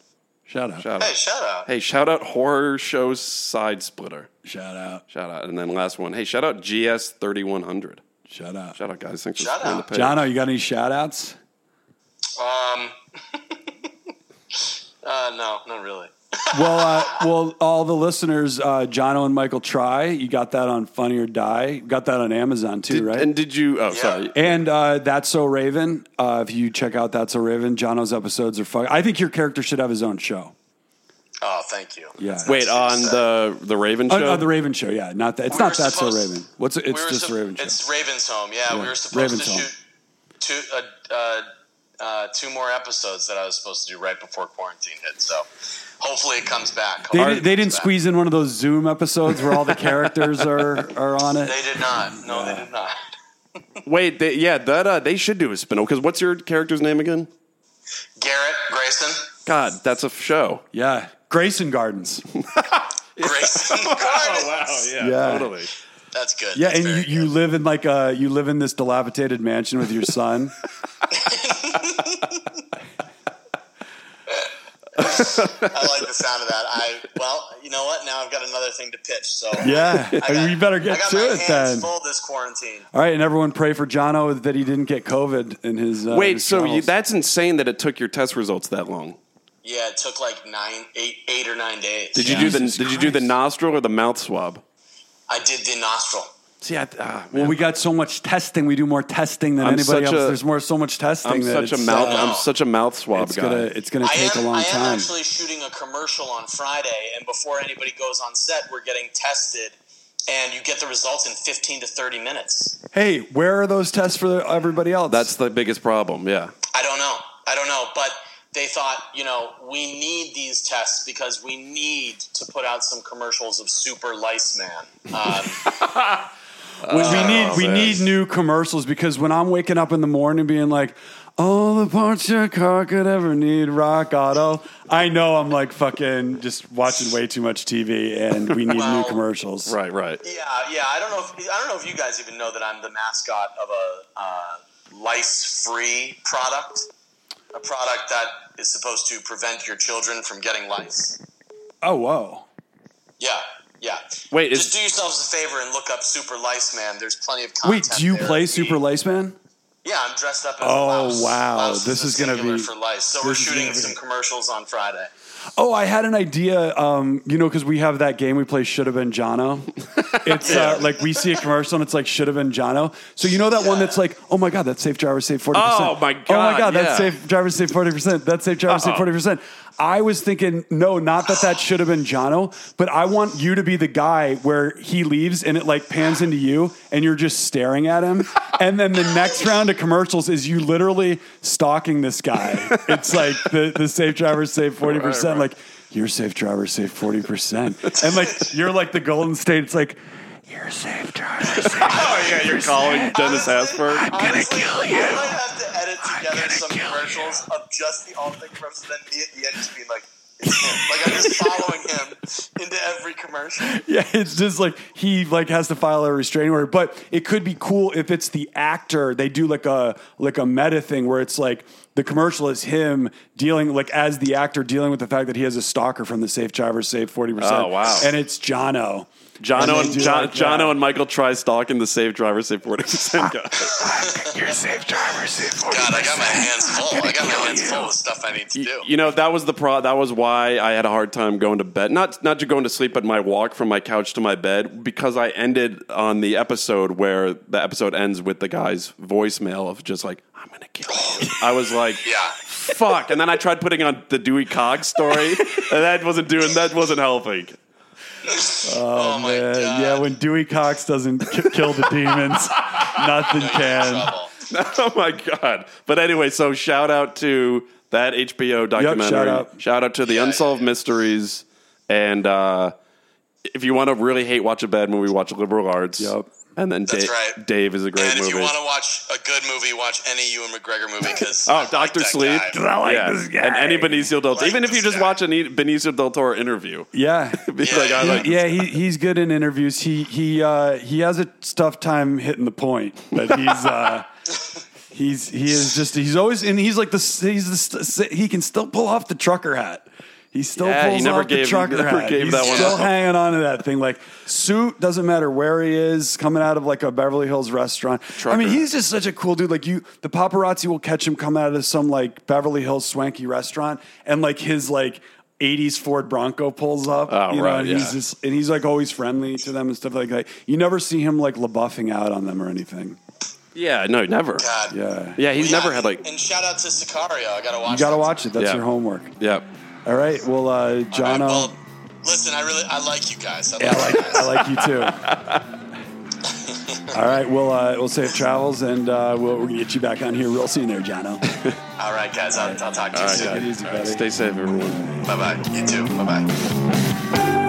Speaker 2: shout out.
Speaker 1: Shout out.
Speaker 3: Hey, shout out.
Speaker 1: Hey, shout out Horror Show Side Splitter.
Speaker 2: Shout out.
Speaker 1: Shout out. And then last one. Hey, shout out GS3100.
Speaker 2: Shout out.
Speaker 1: Shout out, guys. Thanks for
Speaker 3: Shout
Speaker 1: supporting the
Speaker 3: out.
Speaker 1: page.
Speaker 2: Jono, you got any shout outs?
Speaker 3: Um, uh, no, not really.
Speaker 2: well, uh, well, all the listeners, uh, Jono and Michael Try, you got that on Funny or Die. You got that on Amazon too,
Speaker 1: Did-
Speaker 2: right?
Speaker 1: And
Speaker 2: And,
Speaker 1: did you? Oh, sorry.
Speaker 2: uh, That's So Raven. Uh, if you check out That's So Raven, Jono's episodes are fuck. I think your character should have his own show.
Speaker 3: Oh, thank you.
Speaker 2: Yeah.
Speaker 1: Wait, on the the Raven show?
Speaker 2: Oh, no, the Raven show, yeah. Not that. It's
Speaker 3: We
Speaker 2: not
Speaker 3: were
Speaker 2: That's So
Speaker 3: supposed-
Speaker 2: Raven. What's it?
Speaker 3: we
Speaker 2: It's
Speaker 3: were
Speaker 2: just
Speaker 3: sup-
Speaker 2: Raven's show.
Speaker 3: It's Raven's home. Yeah, we
Speaker 2: Yeah,
Speaker 3: were supposed
Speaker 2: Raven's
Speaker 3: to
Speaker 2: home.
Speaker 3: shoot two uh, uh, uh, two more episodes that I was supposed to do right before quarantine hit. So hopefully it comes back.
Speaker 2: They,
Speaker 3: Hopefully
Speaker 2: did,
Speaker 3: it
Speaker 2: they
Speaker 3: comes
Speaker 2: didn't
Speaker 3: back.
Speaker 2: squeeze in one of those Zoom episodes where all the characters are are on it.
Speaker 3: They did not. No, they did not.
Speaker 1: Wait, they, yeah, that uh, they should do a spin-off. Because what's your character's name again?
Speaker 3: Garrett Grayson.
Speaker 1: God, that's a f- show.
Speaker 2: Yeah, Grayson Gardens.
Speaker 3: Grayson.
Speaker 1: Oh, yeah,
Speaker 2: Yeah.
Speaker 1: totally.
Speaker 3: That's good.
Speaker 2: Oh, Yeah,
Speaker 3: That's
Speaker 2: and
Speaker 3: very
Speaker 2: you, you
Speaker 3: good.
Speaker 2: live in like a you live in this dilapidated mansion with your son.
Speaker 3: I like the sound of that. I well, you know what? Now I've got another thing to pitch. So
Speaker 2: Yeah,
Speaker 3: I got-
Speaker 2: we better
Speaker 3: I
Speaker 2: get
Speaker 3: got
Speaker 2: to
Speaker 3: my
Speaker 2: it
Speaker 3: hands
Speaker 2: then.
Speaker 3: Full this quarantine.
Speaker 2: All right, and everyone pray for Jono that he didn't get COVID in his. Uh,
Speaker 1: Wait,
Speaker 2: his
Speaker 1: so you,
Speaker 2: travels.
Speaker 1: that's insane that it took your test results that long.
Speaker 3: Yeah, it took like nine, eight, eight or nine days.
Speaker 1: Did
Speaker 3: yeah.
Speaker 1: you do the
Speaker 2: Jesus
Speaker 1: Did you do the
Speaker 2: Christ.
Speaker 1: nostril or the mouth swab?
Speaker 3: I did the nostril.
Speaker 1: See, I, ah,
Speaker 2: well,
Speaker 1: man.
Speaker 2: we got so much testing. We do more testing than
Speaker 1: I'm
Speaker 2: anybody
Speaker 1: such
Speaker 2: else.
Speaker 1: a-
Speaker 2: There's more so much testing.
Speaker 1: I'm
Speaker 2: that
Speaker 1: such a
Speaker 2: it's,
Speaker 1: mouth.
Speaker 2: uh,
Speaker 1: I'm such a mouth swab
Speaker 2: it's
Speaker 1: guy.
Speaker 2: gonna it's gonna
Speaker 3: I
Speaker 2: take
Speaker 3: am,
Speaker 2: a long
Speaker 3: I am
Speaker 2: time.
Speaker 3: actually shooting a commercial on Friday, and before anybody goes on set, we're getting tested, and you get the results in 15 to 30 minutes.
Speaker 2: Hey, where are those tests for everybody else?
Speaker 1: That's the biggest problem. Yeah,
Speaker 3: I don't know. I don't know, but they thought, you know, we need these tests because we need to put out some commercials of Super Lice Man. Um,
Speaker 2: we, we need we
Speaker 1: man.
Speaker 2: need new commercials because when I'm waking up in the morning being like. All the parts your car could ever need, Rock Auto. I know I'm like fucking just watching way too much TV, and we need new
Speaker 3: Well,
Speaker 2: commercials.
Speaker 1: right, right.
Speaker 3: Yeah, yeah. I don't know. If, I don't know if you guys even know that I'm the mascot of a uh, lice-free product, a product that is supposed to prevent your children from getting lice.
Speaker 2: Oh whoa.
Speaker 3: Yeah, yeah.
Speaker 1: Wait,
Speaker 3: Just
Speaker 1: is
Speaker 3: do yourselves a favor and look up Super Lice Man. There's plenty of content.
Speaker 2: Wait, do you
Speaker 3: there.
Speaker 2: play
Speaker 3: We-
Speaker 2: Super Laceman?
Speaker 3: Yeah, I'm dressed up. As
Speaker 2: Oh,
Speaker 3: Laos.
Speaker 2: wow.
Speaker 3: Laos
Speaker 2: This
Speaker 3: the
Speaker 2: is gonna
Speaker 3: singular
Speaker 2: be-
Speaker 3: for life. So we're
Speaker 2: this is
Speaker 3: shooting
Speaker 2: gonna be-
Speaker 3: some commercials on Friday.
Speaker 2: Oh, I had an idea. Um, you know, because we have that game we play. Should have been Jono. It's uh, like we see a commercial and it's like should have been Jono. So you know that one that's like, oh my god, that safe driver saved forty percent.
Speaker 1: Oh, my
Speaker 2: Oh my
Speaker 1: God,
Speaker 2: god,
Speaker 1: yeah.
Speaker 2: that safe driver saved forty percent. That safe driver saved
Speaker 1: Uh-oh.
Speaker 2: forty percent. I was thinking, no, not that that should have been Jono, but I want you to be the guy where he leaves and it like pans into you and you're just staring at him. And then the next round of commercials is you literally stalking this guy. It's like the, the safe driver saved 40%.
Speaker 1: Right, right.
Speaker 2: Like, your safe driver saved 40%. And like, you're like the Golden State. It's like, your safe driver saved
Speaker 1: Oh yeah, you're calling Dennis
Speaker 3: Honestly,
Speaker 1: Asper.
Speaker 5: gonna
Speaker 3: honestly,
Speaker 5: kill
Speaker 3: I
Speaker 5: you.
Speaker 3: might have to edit together
Speaker 5: gonna
Speaker 3: some
Speaker 5: kill
Speaker 3: commercials of just the all thing commercials, and then me at the end just being like, it's him. like I'm just following him into every commercial.
Speaker 2: Yeah, it's just like he like has to file a restraining order. But it could be cool if it's the actor. They do like a like a meta thing where it's like the commercial is him dealing like as the actor dealing with the fact that he has a stalker from the Safe Driver Save Forty Percent.
Speaker 1: Oh, wow.
Speaker 2: And it's Jono.
Speaker 1: Jono
Speaker 2: And
Speaker 1: and,
Speaker 2: they do
Speaker 1: John,
Speaker 2: like that.
Speaker 1: Jono and Michael try stalking the safe driver, safe forty percent guy.
Speaker 5: Your safe driver saved 40
Speaker 3: God, I got my hands full. I got my hands full with stuff I need to do.
Speaker 1: You know that was the pro. That was why I had a hard time going to bed. Not not just going to sleep, but my walk from my couch to my bed because I ended on the episode where the episode ends with the guy's voicemail of just like I'm gonna kill you. I was like,
Speaker 3: Yeah.
Speaker 1: fuck. And then I tried putting on the Dewey Cox story, and that wasn't doing. That wasn't helping.
Speaker 3: Oh, my
Speaker 2: Uh,
Speaker 3: god.
Speaker 2: yeah, when Dewey Cox doesn't k- kill the demons, nothing can.
Speaker 3: Trouble.
Speaker 1: oh my god! But anyway, so shout out to that HBO documentary.
Speaker 2: shout out.
Speaker 1: Shout out to the unsolved mysteries, and uh, if you want to really hate watch a bad movie, watch Liberal Arts.
Speaker 2: Yep.
Speaker 1: And then
Speaker 3: That's
Speaker 1: Da-
Speaker 3: right.
Speaker 1: Dave is a great
Speaker 3: And if
Speaker 1: movie.
Speaker 3: you want to watch a good movie, watch any Ewan McGregor movie because
Speaker 1: Oh, Doctor Sleep! yeah. and any Benicio del Toro.
Speaker 3: Like
Speaker 1: Even if you
Speaker 3: this
Speaker 1: just
Speaker 3: guy.
Speaker 1: watch an Benicio del Toro interview,
Speaker 2: Yeah.
Speaker 1: be like, I
Speaker 3: Yeah.
Speaker 1: like this
Speaker 2: yeah, he, he's good in interviews. He he uh, he has a tough time hitting the point, but he's uh, he's he is just he's always and he's like the he's the, st- he can still pull off the trucker hat. He still
Speaker 1: Yeah, he
Speaker 2: pulls
Speaker 1: never
Speaker 2: off
Speaker 1: gave-
Speaker 2: the trucker
Speaker 1: never
Speaker 2: hat.
Speaker 1: gave
Speaker 2: he's
Speaker 1: that one
Speaker 2: still
Speaker 1: up.
Speaker 2: hanging on to that thing. Like suit doesn't matter where he is, coming out of like a Beverly Hills restaurant. I mean,
Speaker 1: Trucker.
Speaker 2: he's just such a cool dude. Like you, the paparazzi will catch him coming out of some like Beverly Hills swanky restaurant, and like his like. 80s Ford Bronco pulls up
Speaker 1: Oh,
Speaker 2: you know,
Speaker 1: right,
Speaker 2: and
Speaker 1: yeah.
Speaker 2: he's just and he's like always friendly to them and stuff like that. You never see him like LaBuffing out on them or anything.
Speaker 1: Yeah, no, never.
Speaker 3: God.
Speaker 2: Yeah.
Speaker 1: Yeah, he's
Speaker 3: Yeah,
Speaker 1: never had like.
Speaker 3: And shout out to Sicario. I gotta watch.
Speaker 2: You gotta
Speaker 3: that.
Speaker 2: watch it. That's
Speaker 1: Yeah.
Speaker 2: your homework.
Speaker 1: Yeah,
Speaker 2: All right. Well uh
Speaker 3: All right,
Speaker 2: Jono.
Speaker 3: well, listen, I really I like you guys. I
Speaker 2: Yeah, I
Speaker 3: like you
Speaker 2: like
Speaker 3: guys.
Speaker 2: I like you too. All right. Well uh we'll safe travels and uh we'll, we're gonna get you back on here real soon there, Jono.
Speaker 3: All right, guys. I'll, I'll talk to you
Speaker 1: All right,
Speaker 3: soon.
Speaker 2: Take it easy, buddy.
Speaker 1: stay safe, everyone.
Speaker 3: Bye bye. You too. Bye bye.